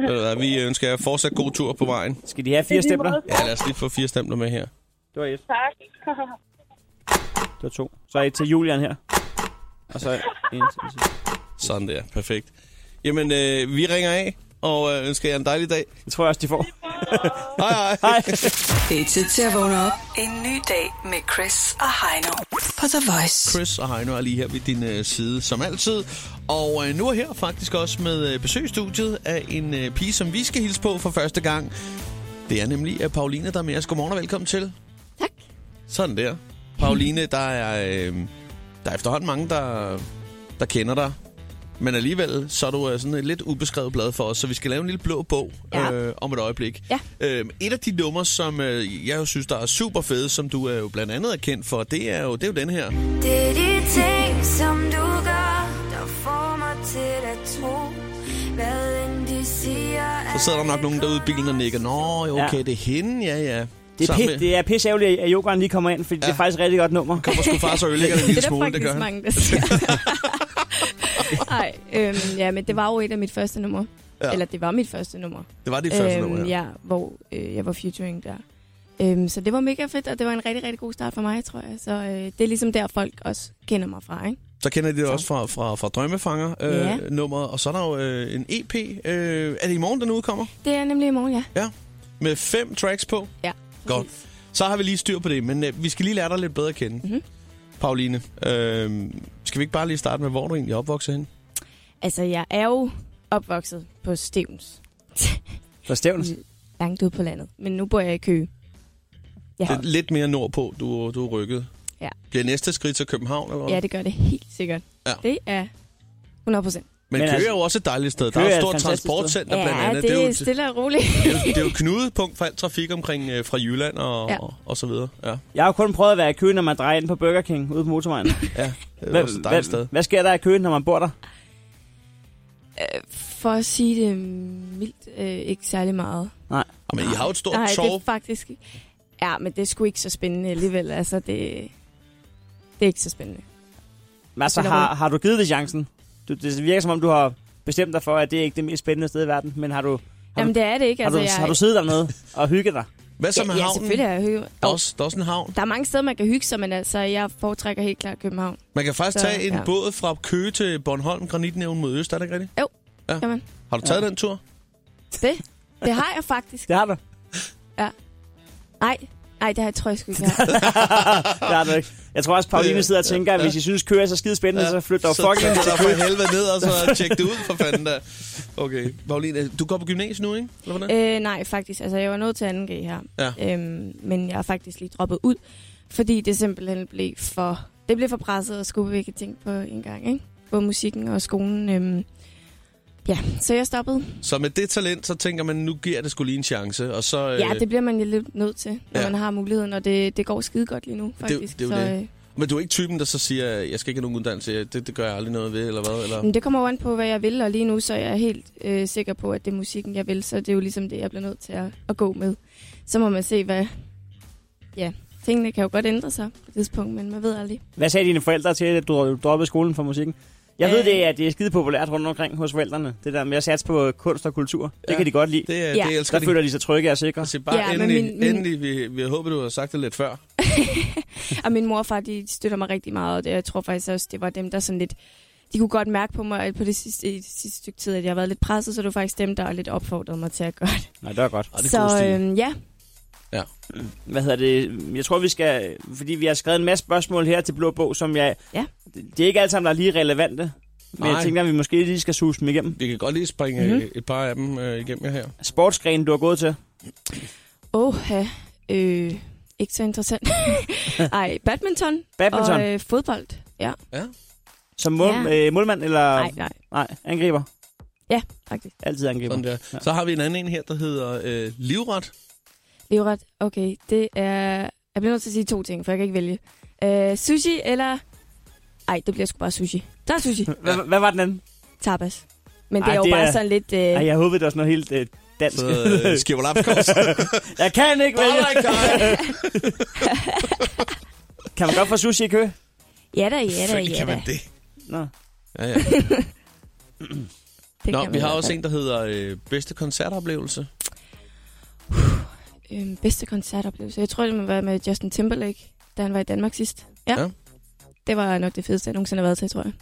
Ved du hvad, Vi ønsker jer fortsat god tur på vejen.
Skal de have fire stempler?
Ja, lad os lige få fire stempler med her.
Det var et,
tak.
det var to. Så er et til Julian her. Og så en til sidst.
Sådan der, perfekt. Jamen, øh, vi ringer af, og øh, ønsker jer en dejlig dag.
Det tror jeg også, de får.
hej, hej. hej.
Det er tid til at vågne op. En ny dag med Chris og Heino på The Voice.
Chris og Heino er lige her ved din øh, side, som altid. Og øh, nu er her faktisk også med øh, besøgsstudiet af en øh, pige, som vi skal hilse på for første gang. Det er nemlig øh, Pauline, der er med os. Godmorgen og velkommen til.
Tak.
Sådan der. Pauline, der er, øh, der er efterhånden mange, der, der kender dig. Men alligevel, så er du øh, sådan et lidt ubeskrevet blad for os, så vi skal lave en lille blå bog
Ja.
øh, om et øjeblik.
Ja.
Øh, et af de numre, som øh, jeg jo synes, der er super fede, som du øh, jo blandt andet er kendt for, det er jo, det er jo den her.
Det er de ting, som du gør, der får mig til at tro, hvad end de siger
Så sidder der nok nogen derude i bilen og nikker. Nå, jo, okay,
Ja.
ja. det er hende, ja, ja.
Det er,
Sammen
pi-
med-
det er pisse ærgerligt, at yoghurt lige kommer ind, for ja. det er faktisk et rigtig godt nummer.
Kommer sgu far så ødelægger det en lille smule, det gør han.
mange, der siger. Nej, øhm, ja, men det var jo et af mit første nummer.
Ja.
Ja. Eller det var mit første nummer. Øhm,
Det var dit første nummer, ja.
ja. hvor øh, jeg var featuring der. Øhm, så det var mega fedt, og det var en rigtig, rigtig god start for mig, tror jeg. Så øh, det er ligesom der, folk også kender mig fra, ikke?
Så kender de det også fra, fra, fra
Ja.
Drømmefanger-nummeret, øh, nummeret. og så er der jo øh, en EP. Øh, er det i morgen, den udkommer?
Det er nemlig i morgen, ja.
Ja. Med fem tracks på?
Ja.
Godt. Så har vi lige styr på det, men øh, vi skal lige lære dig lidt bedre at kende.
Mhm.
Mm-hmm. Pauline, øh, skal vi ikke bare lige starte med, hvor du egentlig er opvokset henne?
Altså, jeg er jo opvokset på Stevens.
Fra Stævnes?
Langt ude på landet. Men nu bor jeg i Køge. Ja.
Det er lidt mere nordpå, du, du er rykket.
Ja.
Bliver næste skridt til København, eller hvad?
Ja, det gør det helt sikkert.
Ja.
Det er 100 procent.
Men,
Men
men Køge
altså-
er jo også et dejligt sted. Der
Køge
er
er
et
et
stort
fantastisk sted.
transportcenter
Ja,
blandt andet.
det
jo
er
et-
stille og roligt.
det, er jo- det er jo knudepunkt for alt trafik omkring øh, fra Jylland og,
Ja.
ja. og, og så videre. Ja.
Jeg har jo kun prøvet at være i køen, når man drejer ind på Burger King ude på motorvejen.
Ja, det er
Hvad-
også et
hvad-
dejligt sted.
Hvad sker der i køen, når man bor der?
Øh, For at sige det mildt, øh, ikke særlig meget.
Nej.
Men I har jo et stort
Nej, det er
torv.
faktisk ikke. Ja, men det er sgu ikke så spændende alligevel. Altså, det, det er ikke så spændende.
Men altså,
Stille og
har,
roligt.
har du givet det chancen? Du, det virker som om, du har bestemt dig for, at det er ikke det mest spændende sted i verden. Men har du, har
Jamen,
du,
det er det ikke.
har,
Altså,
du,
jeg,
har du siddet dernede og hygget dig?
Hvad så med
ja, ja,
havnen?
selvfølgelig har jeg hygget.
Der er, også, der er også en havn.
Der er mange steder, man kan hygge sig, men altså, jeg foretrækker helt klart København.
Man kan faktisk
Så,
så, tage en
ja.
ja. båd fra Køge til Bornholm, Granitnævn mod Øst, er det ikke rigtigt?
Jo,
Ja.
kan man.
Har du taget ja. den tur?
Det, det har jeg faktisk.
Det har du.
Ja. Nej, nej, det har jeg, tror jeg sgu ikke. jeg har.
det har du ikke. Jeg tror også, Pauline sidder og tænker, at hvis I synes, køer er så skide spændende, så flytter du
så
fucking
tager
til
dig
køen.
for helvede ned, og så tjek det ud for fanden da. Okay, Pauline, øh, du går på gymnasiet nu, ikke? Eller hvordan?
Øh, nej, faktisk. Altså, jeg var nået til 2G her.
Ja.
Øhm, men jeg er faktisk lige droppet ud, fordi det simpelthen blev for... Det blev for presset at skubbe begge ting på en gang, ikke? Både musikken og skolen. Øhm, ja, så jeg stoppede.
Så med det talent, så tænker man, nu giver det skulle lige en chance, og så...
Øh, ja, det bliver man jo lidt nødt til, når
ja.
ja. man har muligheden, og det, det går skide godt lige nu, faktisk.
det, det, er jo
så, øh,
det. Men du er ikke typen, der så siger, jeg skal ikke have nogen uddannelse, det, det gør jeg aldrig noget ved, eller hvad? Eller?
Men det kommer jo an på, hvad jeg vil, og lige nu så er jeg helt øh, sikker på, at det er musikken, jeg vil, så det er jo ligesom det, jeg bliver nødt til at, at gå med. Så må man se, hvad... Ja, tingene kan jo godt ændre sig på et tidspunkt, men man ved aldrig.
Hvad sagde dine forældre til, at du droppede skolen for musikken? Jeg ved
Øh.
det, at det er skide populært rundt omkring hos forældrene. Det der med at satse på kunst og kultur. Det
Ja.
kan de godt lide.
Det, øh,
Ja.
det elsker
Der føler de sig trygge og sikre.
Altså, bare
Ja,
ja,
men
endelig, min,
min-
min...
min-
endelig vi, vi havde håbet, du havde sagt det lidt før.
Og min mor og far, de støtter mig rigtig meget, og det- jeg tror faktisk også, det var dem, der sådan lidt... De kunne godt mærke på mig at på det sidste, i det sidste stykke tid, at jeg har været lidt presset, så det var faktisk dem, der lidt opfordrede mig til at gøre det.
Nej, det er godt.
så øhm, ja,
Ja.
Hvad hedder det? Jeg tror, vi skal... Fordi vi har skrevet en masse spørgsmål her til Blå Bog, som jeg...
Ja.
Det er ikke alle sammen, der er lige relevante. Men
Nej.
jeg tænker, at vi måske lige skal suge dem igennem.
Vi kan godt lige springe
Mhm.
mm-hmm. et par af dem øh, igennem her.
Sportsgrenen, du har gået til.
Åh, øh, ikke så interessant. Ej, badminton,
Badminton.
og øh, fodbold. Ja,
Ja.
Som mål,
Ja.
øh, målmand eller...
Nej, nej.
Nej, angriber.
ja, faktisk.
Altid angriber.
Sådan der. Så har vi en anden en her, der hedder øh, livret.
Livret, okay, det er... Jeg bliver nødt til at sige to ting, for jeg kan ikke vælge. Øh, sushi eller... Ej, det bliver sgu bare sushi. Der er sushi.
Hvad, hvad var den anden?
Tapas. Men det
Ej,
er jo
det
bare
er-
sådan lidt... Øh,
Ej, jeg håbede, det var sådan noget helt øh, dansk.
Så, øh, Skipperlapskovs.
jeg kan ikke vælge. kan man godt få sushi i kø?
Ja da, ja da,
Selvfølgelig
ja
kan
da.
man det.
Nå.
Ja, ja.
Det kan
Nå, vi
man
har
i hvert
også
fald.
en, der hedder øh, bedste koncertoplevelse.
Øhm, bedste koncertoplevelse. Jeg tror, det må være med Justin Timberlake, da han var i Danmark sidst. Ja.
Ja.
ja. Det var nok det fedeste, jeg nogensinde har været til, tror jeg.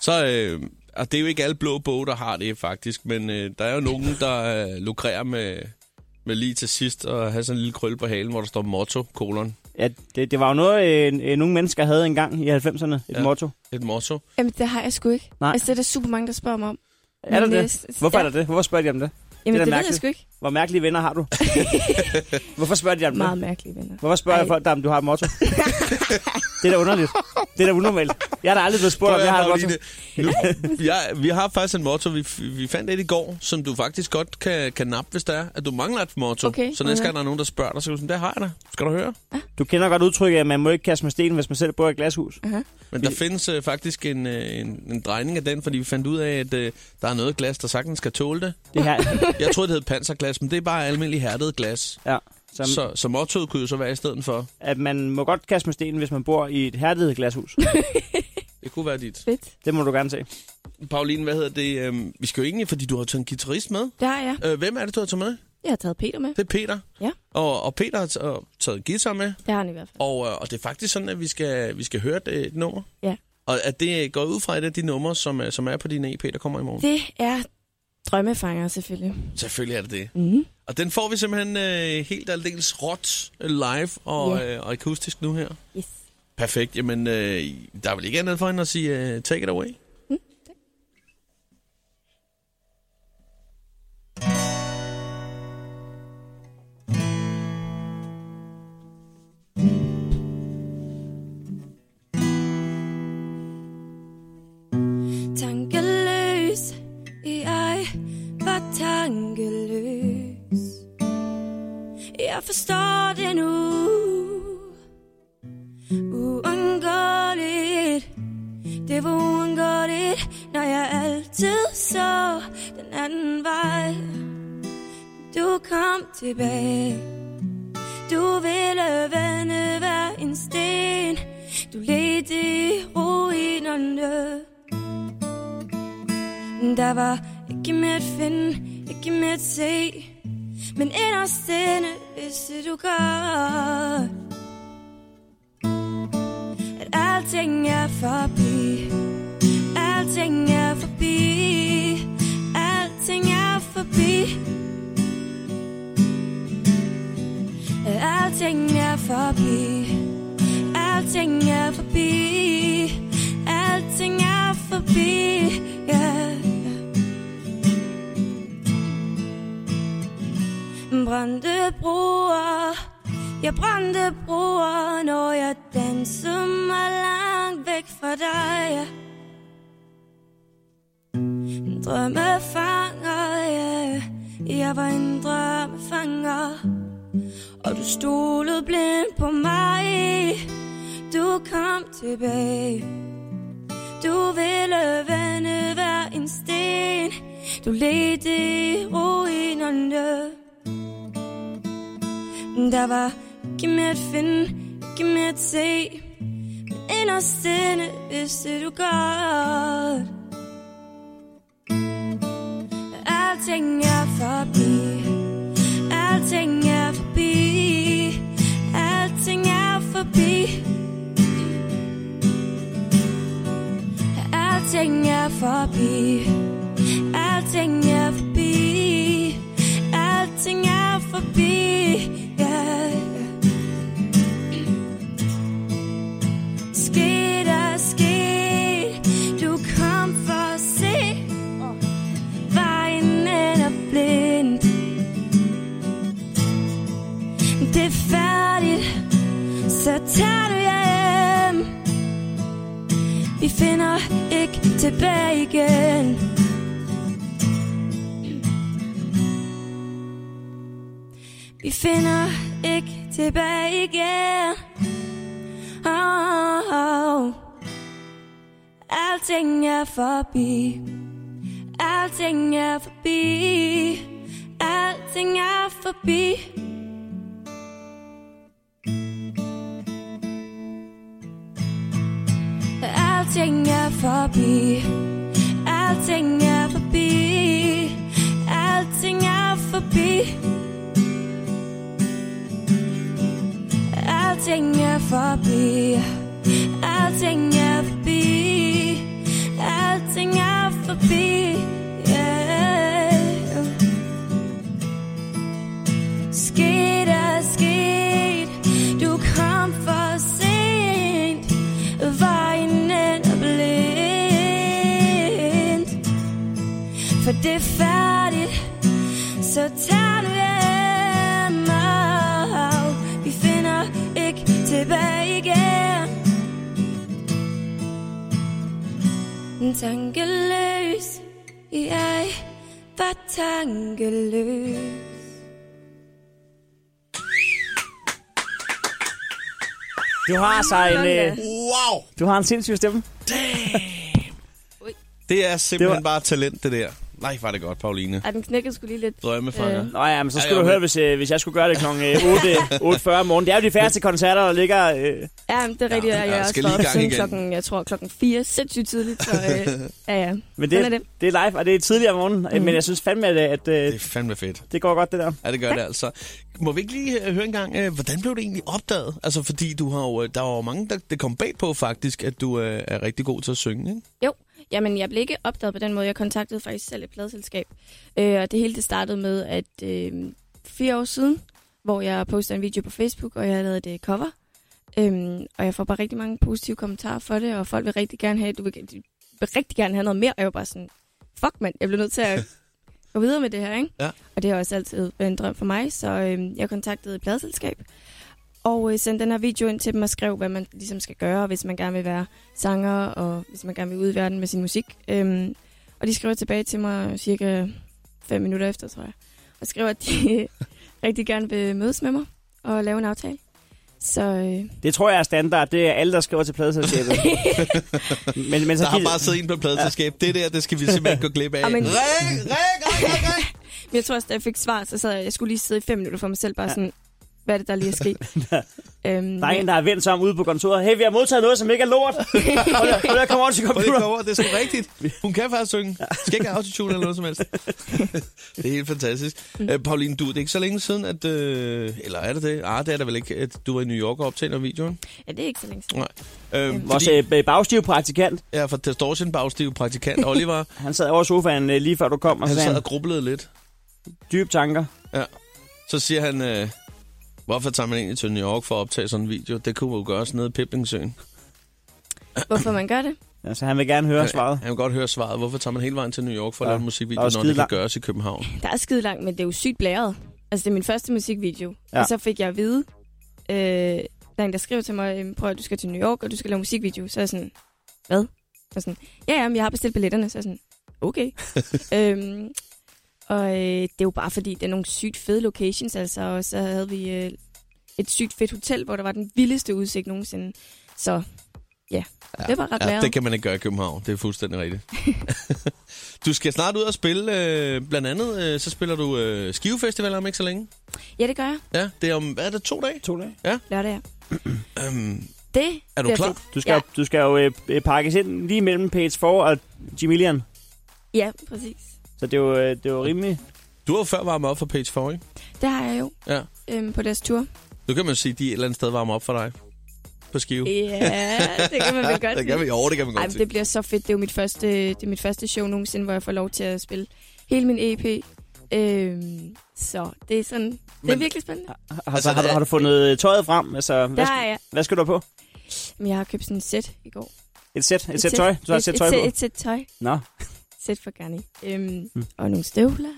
Så, øh, og det er jo ikke alle blå bog, der har det faktisk, men øh, der er jo nogen, der øh, lukrerer med, med lige til sidst og have sådan en lille krølle på halen, hvor der står motto, kolon.
Ja, det, det var jo noget, øh, øh, nogle mennesker havde engang i 90'erne. Et ja. motto.
Et motto.
Jamen, det har jeg sgu ikke.
Nej.
Altså, det er der super mange, der spørger mig om.
Er der
Men,
det?
øh,
Hvorfor
ja.
er der det? Hvorfor spørger de om det?
Jamen,
da
det, det ved jeg
mærkeligt.
sgu ikke.
Hvor mærkelige venner har du? Hvorfor spørger de om det?
Meget mærkelige venner.
Hvorfor spørger jeg folk dig, om du har et motto? det er da underligt. Det er da unormalt. Jeg har da aldrig blevet spurgt, om
Prøv
jeg
at
har
høre,
et motto.
Caroline. Nu, jeg, vi har faktisk en motto. Vi, f- vi fandt et i går, som du faktisk godt kan, kan nappe, hvis der er, at du mangler et motto.
Okay,
så næste
okay.
gang, der er nogen, der spørger dig, så er du sådan, det har jeg da. Skal du høre?
Du kender godt udtrykket, at man må ikke kaste med sten, hvis man selv bor i et glashus.
Aha.
Men der findes øh, faktisk en, øh, en, en drejning af den, fordi vi fandt ud af, at øh, der er noget glas, der sagtens skal tåle det.
Det her,
Jeg troede, det hed panserglas, men det er bare almindelig hærdet glas.
Ja,
som...
som-
Så, så mottoet kunne jo så være i stedet for.
at man må godt kaste med sten, hvis man bor i et hærdet glashus.
Det kunne være dit.
Fedt.
Det må du gerne se.
Pauline, hvad hedder det? Øhm, vi skal jo egentlig, fordi du har taget en guitarist med.
Det har jeg.
Øh, hvem er det, du har taget med?
Jeg har taget Peter med.
Det er Peter.
Ja.
Og, og Peter har t- og taget guitar med.
Det har han i hvert fald.
Og, øh, og det er faktisk sådan, at vi skal, vi skal høre et, et nummer.
Ja.
Og at det går ud fra et af de numre, som, er- som er på din EP, der kommer i morgen.
Det er drømmefanger selvfølgelig.
Selvfølgelig er det det.
Mhm.
Og den får vi simpelthen øh, helt aldeles råt øh, live og,
Ja.
øh, og akustisk nu her.
Yes.
Perfekt. Jamen, øh, der er vel ikke andet for end at sige, øh, take it away.
Tankeløs, jeg var tankeløs. Jeg forstår det nu. Uundgåeligt, det var uundgåeligt, når jeg altid så den anden vej. Du kom tilbage. Du ville vende hver en sten. Du ledte i ruinerne. Der var ikke med at finde, ikke med at se Men inderst inde vidste du godt At alting er forbi Alting er forbi Alting er forbi At alting er forbi Alting er forbi Alting er forbi yeah. Brændte broer Jeg brændte broer Når jeg dansede mig langt væk fra dig Drømmefanger yeah. Jeg var en drømmefanger Og du stolede blind på mig du kom tilbage Du ville vende hver en sten Du ledte i ruinerne Der var ikke mere at finde Ikke mere at se Men inderst inde vidste du godt at Alting er forbi Alting er forbi Alting er forbi Alting er forbi Alting er forbi Alting er forbi yeah. Sket er sket Du kom for at se Vejen er blind Det er færdigt Så tager du hjem vi finder ikke tilbage igen Vi finder ikke tilbage igen oh, oh. Alting er forbi Alting er forbi Alting er forbi Alting er forbi Alting er forbi Alting er forbi Alting er forbi Alting er forbi Alting er forbi yeah. Sket er sket Du kom for sent Vejen er blind For det er færdigt Så tager du hjem Au, Vi finder ikke tilbage igen den tankeløs. Jeg var tankeløs.
Du har sig en... Øh,
Wow!
du har en sindssyg stemme.
Det er simpelthen
Det
det var... bare talent, det der. Nej, var det godt, Pauline.
Ej, den knækkede skulle lige lidt.
Drømmefanger.
Øh,
Nå ja, men så
Ja,
skulle ja,
ja,
du
men-
høre, hvis, øh, hvis jeg skulle gøre det øh, kl. 8.40 om morgenen. Det er jo de færreste koncerter, der ligger... Øh,
Ja, men det er rigtigt, ja,
ja,
jeg er
jeg
også
skal
var
lige i
op
gang
siden
igen.
klokken, jeg tror klokken 4, sindssygt tidligt, så øh, ja, ja.
men
Sådan
det,
er
det. det er live, og det er tidligere om morgenen. Mm. Men jeg synes fandme, at, at det,
er fandme fedt.
det går godt, det der.
Ja, det gør det altså. Må vi ikke lige øh, høre engang, øh, hvordan blev det egentlig opdaget? Altså, fordi du har jo, øh, der var jo mange, der det kom bag på faktisk, at du øh, er rigtig god til at synge, ikke?
Jo, jamen jeg blev ikke opdaget på den måde. Jeg kontaktede faktisk selv et pladselskab. Øh, og det hele det startede med, at øh, fire år siden, hvor jeg postede en video på Facebook, og jeg lavede det cover. Øhm, og jeg får bare rigtig mange positive kommentarer for det, og folk vil rigtig gerne have, du vil, de vil rigtig gerne have noget mere. Og jeg var bare sådan, fuck mand, jeg bliver nødt til at gå videre med det her, ikke?
Ja.
Og det har også altid været en drøm for mig, så øh, jeg kontaktede et pladselskab, og øh, sendte den her video ind til dem og skrev, hvad man ligesom skal gøre, hvis man gerne vil være sanger, og hvis man gerne vil ud i verden med sin musik. Øhm, og de skrev tilbage til mig cirka 5 minutter efter, tror jeg, og skrev, at de rigtig gerne vil mødes med mig og lave en aftale. Så øh,
Det tror jeg er standard. Det er alle, der skriver til pladeselskabet. men, men så
der har
gider-
bare siddet en på pladeselskab. Ja. Det der, det skal vi simpelthen gå glip af.
Amen.
Ring, ring, ring, ring, ring.
Men jeg tror også, da jeg fik svar, så sad jeg, jeg skulle lige sidde i fem minutter for mig selv, bare sådan, hvad er det, der lige er sket? øhm,
Der er en, der har vendt sig om ude på kontoret. Hey, vi har modtaget noget, som ikke er lort. Prøv lige- Prøv lige at komme over til
Prøv lige at
computer.
komme over, det er sgu rigtigt. Hun kan faktisk synge. Skal ikke have autotune eller noget som helst. Det er helt fantastisk. Mm. Øh, Pauline, du, det er ikke så længe siden, at... Øh, eller er det det? Ah, det er der vel ikke, at du var i New York og optagede noget videoen?
Ja, det er ikke så længe siden.
Nej. Øh,
Vores
fordi,
øh, bagstive praktikant,
ja, fra Distortion Bagstiv praktikant Oliver,
han sad over i sofaen øh, lige før du kom, og
han
så sagde
sad
han,
og grublede lidt.
dybe tanker.
Ja. Så siger han, øh, hvorfor tager man egentlig til New York for at optage sådan en video? Det kunne jo gøres nede i Piblingsøen.
Hvorfor man gør det?
Ja, så han vil gerne høre svaret.
Han kan godt høre svaret. Hvorfor tager man hele vejen til New York for at
Ja,
lave en
der er
musikvideo,
jo
når
skide
det kan
lang-
gøres i København?
Der er skide langt, men det er jo sygt blæret. Altså, det er min første musikvideo.
Ja.
Ja. Og så fik jeg at vide, øh, der er en, der skrev til mig, øhm, prøv at du skal til New York, og du skal lave musikvideo. Så er jeg sådan, hvad? Så er jeg sådan, ja, ja, men jeg har bestilt billetterne. Så er jeg sådan, okay. øhm, og øh, det er jo bare fordi, det er nogle sygt fede locations, altså. Og så havde vi øh, et sygt fedt hotel, hvor der var den vildeste udsigt nogensinde. Så ja, ja. det var ret ja,
det kan man ikke gøre i København. Det er fuldstændig rigtigt. du skal snart ud og spille. Øh, blandt andet, øh, så spiller du øh, Skive Festival om ikke så længe.
Ja, det gør jeg.
Ja, det er om, hvad er det, to dage?
To dage.
Ja.
Lørdag, ja.
Øhm,
Det
Er du
bliver
klar?
fedt.
Du skal, ja. du skal jo øh, øh, pakkes ind lige mellem Page 4 og Jimillian.
Ja, præcis.
Så det er jo, øh, det er jo rimelig...
du har jo før varmet op for Page 4, ikke?
Det har jeg jo
Ja.
øhm, på deres tur.
Nu kan man jo sige, at de et eller andet sted varmer op for dig. På Skive.
Ja, det kan man vel godt
det kan vi,
sige.
jo, det kan man godt
Ej, men
sige.
det bliver så fedt. Det er jo mit første, det er mit første show nogensinde, hvor jeg får lov til at spille hele min EP. Øhm, så det er sådan, det er
Men-
virkelig spændende.
Har, altså, har, du, har du fundet øh, tøjet frem? Altså, hvad,
Der
skal-
er jeg.
hvad skal du have på?
Men jeg har købt sådan et sæt i går.
Et sæt? Et sæt tøj? Du har et sæt tøj
et,
på?
Et sæt tøj.
Nå.
Sæt for Garni. Øhm,
Hmm.
Og nogle støvler.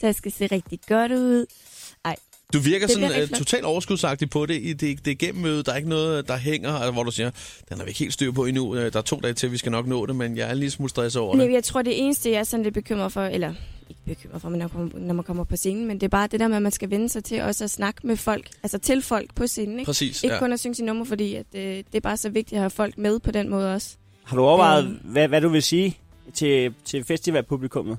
Så jeg skal se rigtig godt ud. Ej.
Du virker
det
sådan
bliver
uh,
øh,
rigtig flot.
totalt overskudsagtig på det. I det, det er gennem mødet. Der er ikke noget, der hænger, altså, hvor du siger, den har vi ikke helt styr på endnu. Øh, Der er to dage til, vi skal nok nå det, men jeg er lige smule stresset over
Nej,
det.
men jeg tror, det eneste, jeg er sådan lidt bekymret for, eller ikke bekymret for, men når, man kommer- når man kommer på scenen, men det er bare det der med, at man skal vende sig til også at snakke med folk, altså til folk på scenen, ikke?
Præcis,
Ikke
ja.
kun at synge sin nummer, fordi at, øh, det er bare så vigtigt at have folk med på den måde også.
Har du overvejet,
Øhm.
hvad, hvad du vil sige til, til festivalpublikummet?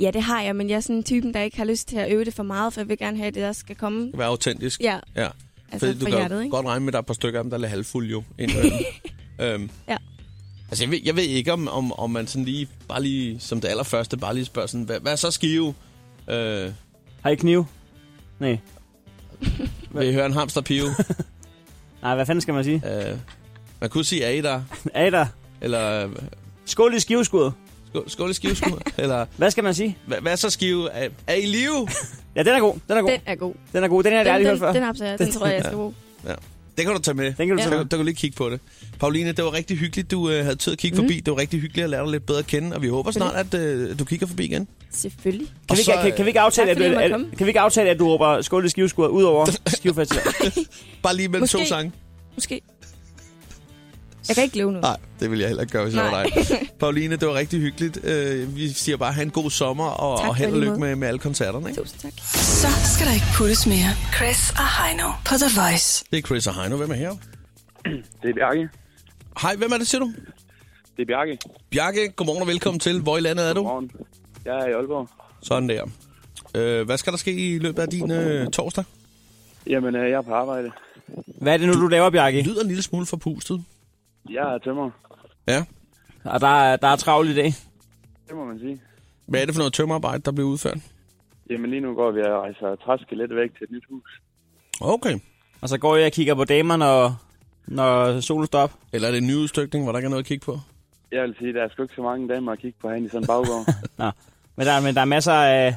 Ja, det har jeg, men jeg er sådan en typen, der ikke har lyst til at øve det for meget, for jeg vil gerne have, at det der skal komme.
Vær autentisk.
Ja.
ja.
Altså,
Fordi du
fra
kan
hjertet,
jo
ikke?
godt regne med, at der er et par stykker af dem, der er lidt halvfulde jo. indimellem. øhm,
Ja.
altså, jeg ved, jeg ved ikke, om, om, om man sådan lige, bare lige, som det allerførste, bare lige spørger sådan, hvad, hvad så skive? Øh,
Har I kniv? Nej.
vil I høre en hamsterpive?
Nej, hvad fanden skal man sige?
øh, man kunne sige, er I der?
Er I der?
Eller øh,
Skål i skiveskuddet.
skål, skål i skiveskud? eller
Hvad skal man sige?
hvad, hvad så skive? Er, er I i live?
Ja, den er god. Den er god.
Den er god.
Den er god. Den her, jeg
Den,
aldrig hørt
den,
før.
den, optager jeg. Den tror jeg, jeg skal bruge.
Ja. Det kan du tage med.
Den kan du tage
der,
med.
der kan du lige kigge på det. Pauline, det var rigtig hyggeligt, du øh, havde tid at
Mhm.
kigge mm. forbi. Det var rigtig hyggeligt at lære dig lidt bedre at kende, og vi håber snart, at øh, du kigger forbi igen.
Selvfølgelig.
Kan vi, ikke,
Og så, øh,
kan, kan, vi ikke aftale,
Tak,
at, du,
fordi jeg måtte
at,
komme.
kan vi ikke aftale, at du råber skål i skiveskuddet ud over skivefestival?
Bare lige mellem
Måske.
to sange.
Måske. Jeg kan ikke
Ah,
leve nu.
Nej, det vil jeg heller ikke gøre, hvis jeg var
Nej.
dig. Pauline, det var rigtig hyggeligt. Øh, vi siger bare, have en god sommer, og,
Tak
og
for
held og
lige
lykke
måde.
med, med alle koncerterne. Ikke?
Tusind tak.
Så skal der ikke puttes mere. Chris og Heino på The Voice.
Det er Chris og Heino. Hvem er her?
Det er Bjarke.
Hej, hvem er det, siger du?
Det er Bjarke.
Bjarke, godmorgen og velkommen til. Hvor i landet er du?
Godmorgen. Jeg er i Aalborg.
Sådan der. Øh, hvad skal der ske i løbet af din øh, torsdag?
Jamen, øh, jeg er på arbejde.
Hvad er det nu, du laver, Bjarke?
lyder en lille smule forpustet.
Jeg er tømmer.
Ja.
Og der, er- der er travlt i dag.
Det må man sige.
Hvad er det for noget tømmerarbejde, der bliver udført?
Jamen, lige nu går vi og rejser træskelet væk til et nyt hus.
Okay.
Og så går jeg og kigger på damer, når, når solen står op.
Eller er det en ny udstykning, hvor der ikke er noget at kigge på?
Jeg vil sige, der er sgu ikke så mange damer at kigge på herinde i sådan en baggård.
Nå. Men der, men der er masser af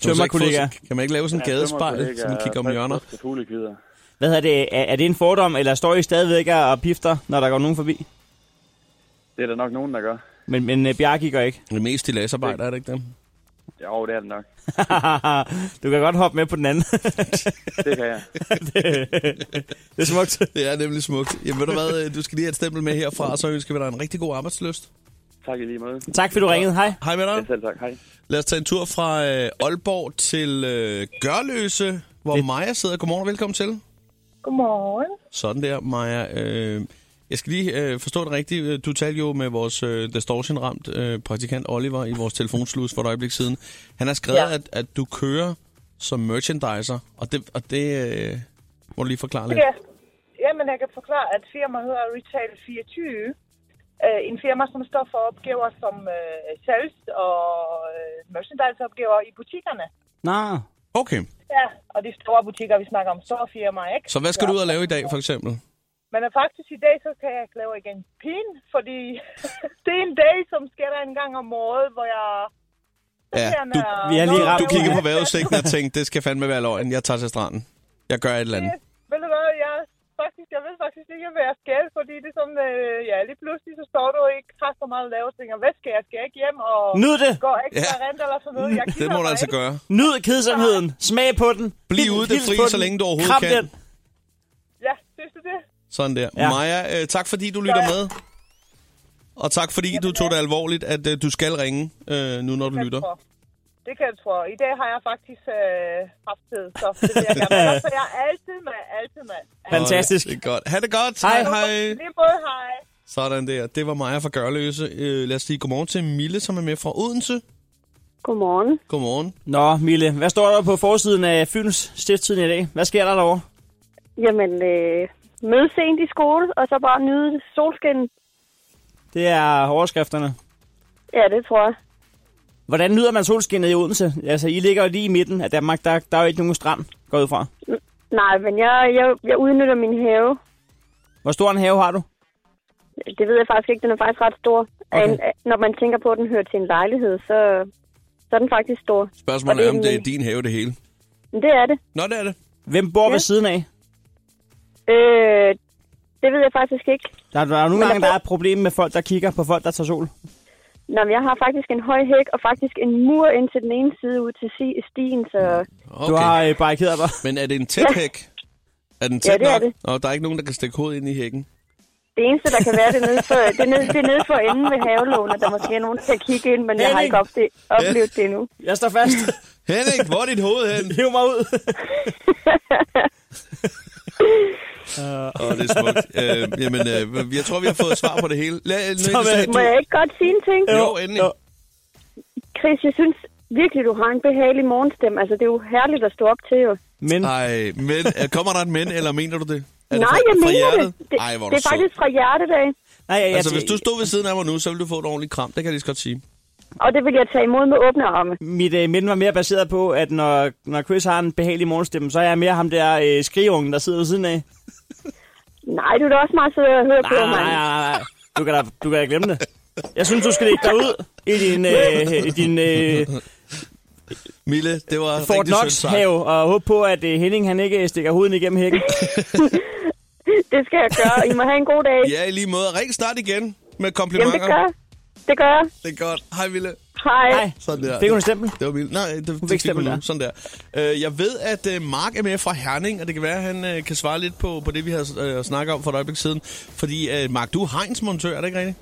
tømmerkollegaer.
Kan man ikke lave sådan en
Ja,
gadespejl,
tømmerkollegaer
så man kigger om
og
hjørner?
fast- faste fuglekvider.
Hvad er det? Er, er det en fordom, eller står I stadigvæk og pifter, når der går nogen forbi?
Det er der nok nogen, der gør.
Men, men øh, Bjarke gør ikke.
Det er mest i læsarbejde, er det ikke det?
Jo, det er det nok.
du kan godt hoppe med på den anden.
Det kan jeg.
det, det er smukt.
Det er nemlig smukt. Jamen ved du hvad, øh, du skal lige have et stempel med herfra, og så ønsker vi dig en rigtig god arbejdsløst.
Tak i lige måde.
Tak fordi du ringede. Hej.
Hej med dig. Ja,
selv tak. Hej.
Lad os tage en tur fra øh, Aalborg til øh, Gørløse, hvor det... Maja sidder. Godmorgen og velkommen til.
Godmorgen.
Sådan der, Maja. Øh, jeg skal lige øh, forstå det rigtigt. Du talte jo med vores øh, distortion-ramt øh, praktikant Oliver i vores telefonslus for et øjeblik siden. Han har skrevet, ja.
Ja.
at, at du kører som merchandiser, og det, og det øh, må du lige forklare lidt.
Ja. Jamen, jeg kan forklare, at firmaet hedder Retail 24. Øh, en firma, som står for opgaver som øh, sales og øh, merchandise-opgaver i butikkerne.
Nå.
Okay,
Ja, og de store butikker, vi snakker om store firmaer, ikke?
så hvad skal du ud og lave i dag, for eksempel?
Men øh, faktisk i dag, så skal jeg lave igen pin, fordi det er en dag, som sker der en gang om året, hvor jeg...
Ja,
Sådan
du,
er- Vi har lige ramt-
du kigger på vejrudsigten og tænkte, det skal fandme være løgn. Jeg tager til stranden. Jeg gør et eller andet.
Ved du hvad, jeg, faktisk, jeg ved faktisk ikke, hvad jeg skal, fordi det er sådan, øh, ja, lige pludselig, så står du og ikke har så meget at lave, og tænker, hvad skal jeg? Skal jeg ikke hjem og
Nyd det!
gå ekstra ja. rent eller sådan noget? Jeg
Det
gider
må du
mig
altså
ikke.
gøre.
Nyd kedsomheden. Smag på den.
Bliv
Hils-
ude i det
hils på
frie, så
den.
længe du overhovedet
Kram
kan.
Den.
Ja, synes du det?
Sådan der. Ja.
Ja.
Maja, øh, tak fordi du lytter med. Og tak fordi du tog det alvorligt, at øh, du skal ringe øh, nu, når du lytter.
tror. Det kan jeg tro. I dag har jeg faktisk øh, haft tid, så det vil jeg gerne. Men altså, jeg er altid med, altid med.
Fantastisk.
Det er godt. Ha' det godt. Hej, hej.
Lige både hej.
Sådan der. Det var Maja fra Gørløse. Øh, lad os sige godmorgen til Mille, som er med fra Odense.
Godmorgen.
Godmorgen.
Nå, Mille, hvad står der på forsiden af Fyns Stiftstidende i dag? Hvad sker der derovre?
Jamen, øh, møde sent i skole, og så bare nyde solskin.
Det er overskrifterne.
Ja, det tror jeg.
Hvordan nyder man solskinnet i Odense? Altså, I ligger jo lige i midten af Danmark. Der, der er jo ikke nogen strand, går jeg ud fra.
Nej, men jeg, jeg, jeg udnytter min have.
Hvor stor en have har du?
Det ved jeg faktisk ikke, den er faktisk ret stor.
Okay.
Okay. En, når man tænker på, at den hører til en lejlighed, så, så er den faktisk stor. Og
Spørgsmålet er, om
en-
det er din have det hele.
Men det er det.
Nå, det er det.
Hvem bor ja. ved siden af?
Øh, det ved jeg faktisk ikke.
Der, der er jo nogle
Men
gange,
der-
der er et problem med folk, der kigger på folk, der tager sol.
Nå, men jeg har faktisk en høj hæk og faktisk en mur ind til den ene side ud til si- stien, så...
Okay.
Du har øh, barrikeret dig.
Men er det en tæt
Ja.
hæk? Er den
Ja,
tæt
det er
nok?
det.
Og der er ikke nogen, der kan stikke hovedet ind i hækken?
Det eneste, der kan være, det er nede for, det er nede, det er nede for enden ved havelån, og der måske er nogen, der kan kigge ind, men jeg har
Henning!
ikke opde- oplevet det endnu.
Jeg står fast.
Henrik, hvor er dit hoved hen?
Hiv mig ud.
Åh, oh, det er smukt. øh, jamen, øh, jeg tror, vi har fået svar på det hele. Lad,
Så vil-
Må jeg ikke godt sige en ting?
Jo, endelig. Jo.
Chris, jeg synes virkelig, du har en behagelig morgenstemme. Altså, det er jo herligt at stå op til, jo.
Men?
Ej, men. øh, Kommer der et men, eller mener du det? Er
Nej,
fra-
jeg
fra
mener
hjertet?
det. Det,
Ej, hvor er
det
du
er faktisk fra hjertedag,
Nej,
sød.
jeg,
Altså, hvis du stod ved siden af mig nu, så ville du få et ordentligt kram. Det kan jeg lige så godt sige.
og det vil jeg tage imod med åbne arme.
Mit øh, minde var mere baseret på, at når, når Chris har en behagelig morgenstemme, så er jeg mere ham der øh, skrigeungen, der sidder ved siden af.
Nej, du er da også meget sød at høre på
Nej,
mig.
nej, nej, nej. Du kan da, du kan da glemme det. Jeg synes, du skal lægge dig ud i din, øh, i din øh,
Mille, det var
Fort
rigtig sødt
Knox
sagt.
have og håbe på, at øh, Henning han ikke stikker huden igennem hækken.
Det skal jeg gøre. I må have en god dag.
Ja, i lige måde. Ring snart igen med
Jamen,
komplimenter.
det gør jeg. Det gør jeg.
Det er godt. Hej, Ville.
Hej. Hej.
Sådan der.
Fik hun et stempel?
Det var vildt. Nej, det, det fik hun
stempel,
nu. Sådan der. Øh, jeg ved, at øh, Mark er med fra Herning, og det kan være, at han øh, kan svare lidt på, på det, vi har øh, snakket om for et øjeblik siden. Fordi, øh, Mark, du er hegnsmontør, er det ikke rigtigt?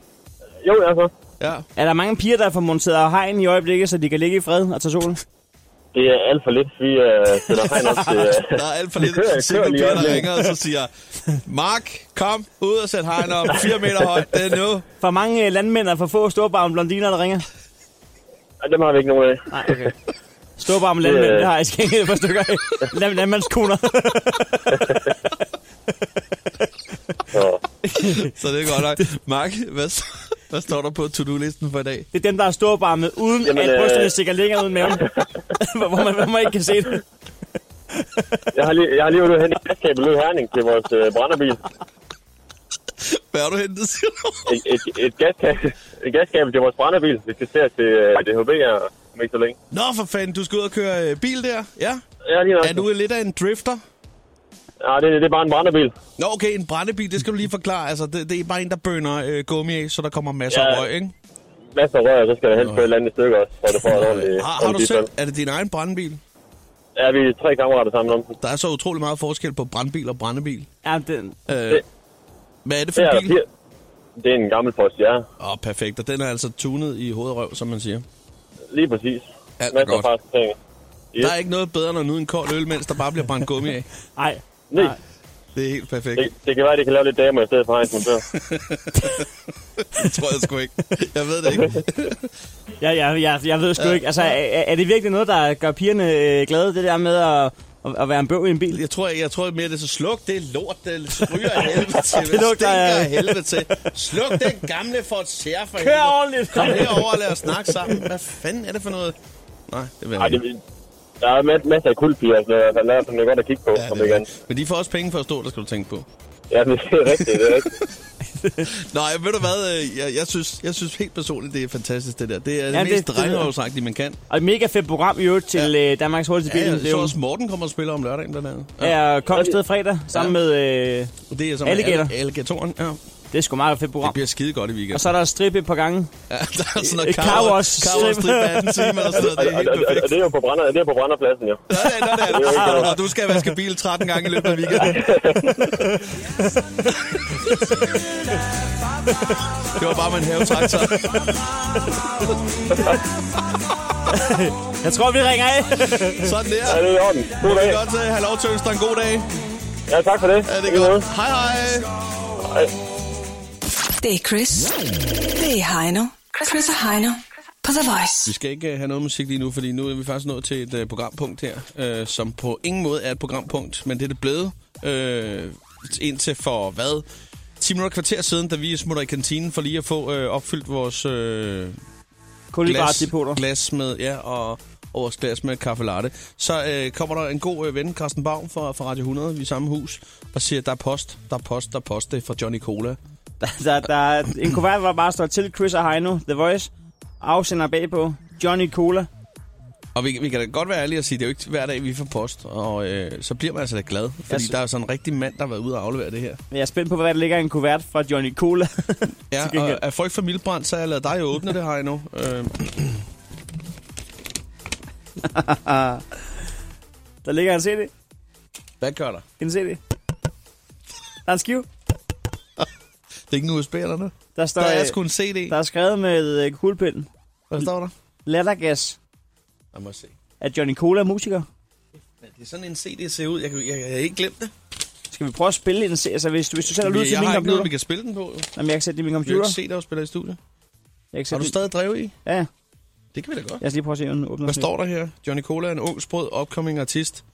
Jo, jeg så.
Ja.
Er der mange piger, der får monteret hegn i øjeblikket, så de kan ligge i fred og tage sol?
Det er alt for lidt, vi øh, sætter hegn op til... Øh,
Der er alt for lidt
vi kører- kører
single
lige
piger,
op
der
lidt.
ringer, og så siger, Mark, kom ud og sæt hegn op, 4 meter højt, det er nu.
For mange øh, landmænd og for få storbarme blondiner, der ringer.
Nej, dem har vi ikke nogen af.
Nej, okay. Storbarme landmænd,
Det-
det har jeg skænket et par stykker af. Land, landmandskoner.
så det er godt nok. Mark, hvad, s- hvad står der på to-do-listen for i dag?
Det er dem, der er storbarme, uden
Jamen,
Jamen,
øh,
at brysterne stikker længere ud i maven. hvor, man, hvor man ikke kan se det.
Jeg har lige, jeg har lige været ude og hente et gaskabel ude i Herning til vores øh, brænderbil.
Hvad har du hentet, siger du?
Et, et, et, gaskabel, et gaskabel til vores brænderbil. Vi skal se til øh, DHB her om ikke så længe.
Nå, for fanden, du skal ud og køre øh, bil der, ja?
Ja, lige nok.
Er du lidt af en drifter?
Ja, det, det er bare en brænderbil.
Nå, okay, en brændebil, det skal du lige forklare. Altså, det, det er bare en, der bønder øh, gummi af, så der kommer masser af
Ja.
røg, ikke?
Masser af rør, så skal der helst på et eller andet stykke også, så du får et ordentligt...
Har, har du
ordentligt
selv,
diesel.
er det din egen brændebil?
Ja, vi er tre kammerater sammen om den.
Der er så utrolig meget forskel på brandbil og brændebil.
Ja, den...
Øh, hvad er det for
Det er
en
der
bil?
fire. Det er en gammel post, ja.
Åh, oh, perfekt. Og den er altså tunet i hovedrøv, som man siger.
Lige præcis.
Alt er
Masser af
godt.
fart ting.
Yes. Der er ikke noget bedre, end at nyde en kold øl, mens der bare bliver brændt gummi af.
Nej.
Nej.
Det er helt perfekt.
Det, det kan være, at det kan lave lidt damer i stedet for hejnsmontør.
det tror jeg sgu ikke. Jeg ved det ikke.
Ja, ja, ja, jeg ved sgu ikke. Altså, er, er det virkelig noget, der gør pigerne øh, glade, det der med at, at- at være en bøv i en bil?
Jeg tror, jeg, jeg tror mere, det er så sluk det lort, det ryger af helvede til.
Det
Det
lugter
stinker
af-
af helvede til. Sluk den gamle Ford Sierra for
Kør
helvede.
ordentligt.
Kom herover og lad os snakke sammen. Hvad fanden er det for noget? Nej, det vil
Ej,
jeg
det,
ikke.
der er ma- masser af kulpiger, så der er sådan, det er godt at kigge på, ja, om ikke andet.
Men de får også penge for at stå, der skal du tænke på.
Ja, det er rigtigt, det er rigtigt.
Nej, ved du hvad, øh, jeg, jeg, synes, jeg synes helt personligt, det er fantastisk det der. Det er det
Ja,
ja,
det-
mest
det-
regnerøvsagtige, man kan.
Og et mega fedt program i øvrigt til ja. øh, Danmarks hurtigste bil.
Ja, jeg
det er
så
jo-
også Morten kommer og spiller om lørdagen blandt andet.
er Kongsted fredag, sammen med øh,
Det er som
Alligator.
al- Alligatoren, ja.
Det er sgu meget fedt program.
Det bliver skide godt i weekenden.
Og så er der strip et par gange.
Ja, der er sådan noget
Et car wash.
Carwash strip af 18 timer eller sådan noget. Det er helt
Og- og- og-
perfekt.
Og det er jo på, brænder, det er på brænderpladsen, jo.
Ah, Og du skal vaske bil 13 gange i løbet af weekenden. Det var bare med en havetraktor.
jeg tror, vi ringer af.
Sådan der.
Ja, det er i orden. God
Det
dag.
er godt øh, at have lov til at ønske dig en god dag.
Ja, tak for det.
Ja, det er godt. Hej hej.
Det er Chris. Det er Heino. Chris og Heino på The Voice.
Vi skal ikke øh, have noget musik lige nu, fordi nu er vi faktisk nået til et øh, programpunkt her, øh, som på ingen måde er et programpunkt, men det er det blevet øh, indtil for hvad? 10 minutter og kvarter siden, da vi smutter i kantinen for lige at få øh, opfyldt vores øh, glas,
Kulhydratdepoter.
glas med, ja, og, og vores glas med kaffe latte. Så øh, kommer der en god øh, ven, Carsten Baum fra, fra Radio 100, vi er i samme hus, og siger, der er post, der er post, der er post, det er fra Johnny Cola.
Der, der, der, en kuvert, hvor der bare står til Chris og Heino, The Voice. Afsender bagpå, Johnny Cola.
Og vi, vi kan da godt være ærlige og sige, det er jo ikke hver dag, vi får post, og øh, så bliver man altså lidt glad, fordi
Jeg sy-
der er jo sådan en rigtig mand, der har været ude og aflevere det her.
Men jeg er spændt på, hvad der ligger i en kuvert fra Johnny Cola.
Ja, og af frygt for mildbrand, så har jeg lavet dig jo åbne det her endnu. Øh,
der ligger en CD.
hvad gør der?
En CD. Der er en skive.
Det er ikke en USB eller noget?
Der, står,
Der er
øh,
sgu en CD.
Der er skrevet med øh, kuglepinden.
Hvad står der?
Lattergas
Jeg må se.
af Johnny Cola musiker.
Men det er sådan en CD ser ud. Jeg, kan- jeg, jeg, har ikke glemt det.
Skal vi prøve at spille en CD? Altså, hvis, hvis du sætter lyd til
jeg
min
har ikke
computer.
noget, vi kan spille den på. Jo.
Jamen, jeg kan sætte det
Vi
i min
kan jo
computer.
ikke se, der jo spiller i studiet.
Jeg kan
Har
sætte
du
det-
stadig drev i?
Ja,
Det kan vi da godt.
jeg skal lige prøve at se, om den åbner.
Hvad står der her? Johnny Cola er en ung, sprød, upcoming artist.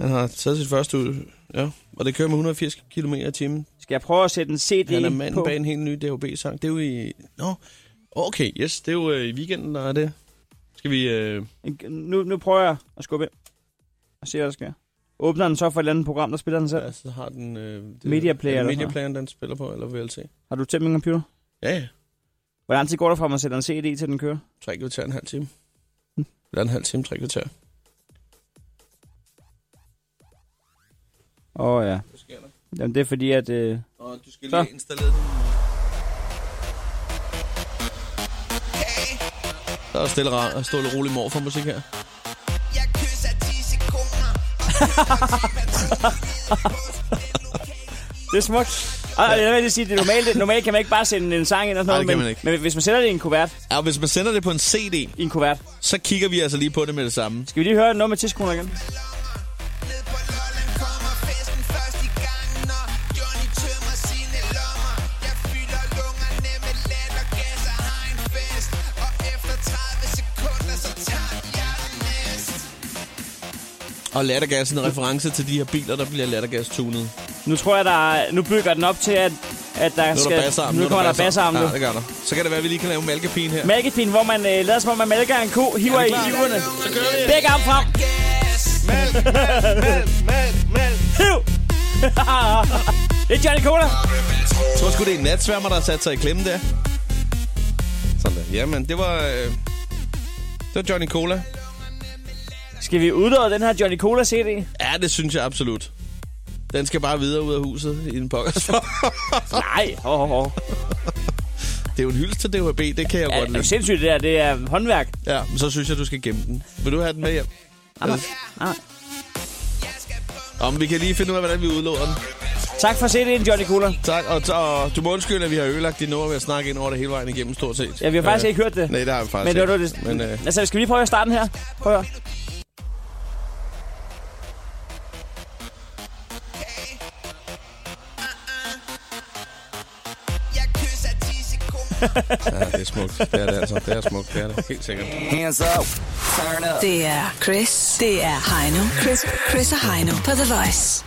Han har taget sit første ud, ja. Og det kører med 180 km i timen.
Skal jeg prøve at sætte en CD
Han er manden
på?
bag en helt ny DHB-sang. Det er jo i... Nå, okay, yes. Det er jo øh, i weekenden, der er det. Skal vi... Øh...
Nu, nu prøver jeg at skubbe ind og se, hvad der sker. Åbner den så for et eller andet program, der spiller den selv?
Ja, så har den... Øh, det,
Media player
er det
eller
Media
sådan
playeren, den spiller på, eller VLT?
Har du tæmt min computer?
Ja, ja.
Hvor lang tid går der fra, at man sætter en CD til, den kører?
Tre kvarter en halv time. Eller en halv time, tre kvarter.
Åh oh, ja. Jamen, det er fordi, at... Øh...
Og du skal
Så.
lige installere den. Der er stille, ra- stille og rolig mor for musik her.
Det er smukt. Og jeg vil lige sige, det normalt, normalt kan man ikke bare sende en sang ind og sådan
Nej,
noget,
det kan
men,
man ikke.
men hvis man sender det i en kuvert,
Ja, og hvis man sender det på en CD,
I en kuvert.
så kigger vi altså lige på det med det samme.
skal vi lige høre noget med tidskoner igen?
Og lattergas er en reference til de her biler, der bliver lattergas-tunet.
Nu tror jeg, der nu bygger den op til, at, at der
Nu er
skal...
der basarm.
nu kommer der basarm nu.
Ja, det gør der. Så kan det være, at vi lige kan lave en malkepin her.
Mælkepin, hvor man øh, lader som om, man mælker en ko, hiver
Er
i
vi klar?
hiverne.
Så kører vi.
Begge arm frem.
Mælk, mælk, mælk, mælk, mælk.
Hiv! det er Johnny Cola.
Jeg tror sgu, det er en natsværmer, der har sat sig i klemme der. Sådan der. Jamen, det var... Øh, det var Johnny Cola.
Skal vi udlåde den her Johnny Cola CD?
Ja, det synes jeg absolut. Den skal bare videre ud af huset i en pokkers.
Nej, hov, hov, hov.
Det er jo en hyldest til DHB, det kan jeg
Ja,
godt
det er jo
lide.
sindssygt, det der. Det er håndværk.
Ja, men så synes jeg, du skal gemme den. Vil du have den med hjem?
Jamen,
Om vi kan lige finde ud af, hvordan vi udlåder den.
Tak for CD'en, Johnny Cola.
Tak, og, og du må undskylde, at vi har ødelagt dine ord ved at snakke ind over det hele vejen igennem, stort set. Øh,
Ja, vi har faktisk ikke hørt det.
Nej, det har vi faktisk
Men det var
ikke.
det.
Men, øh,
Altså, skal vi lige prøve at starte den her? Prøv at høre.
ja, det er smukt. Det er det altså. Det er smukt. Det er det. Helt sikkert.
Hands up. Turn up. Det er Chris. Det er Heino. Chris, Chris og Heino på The Voice.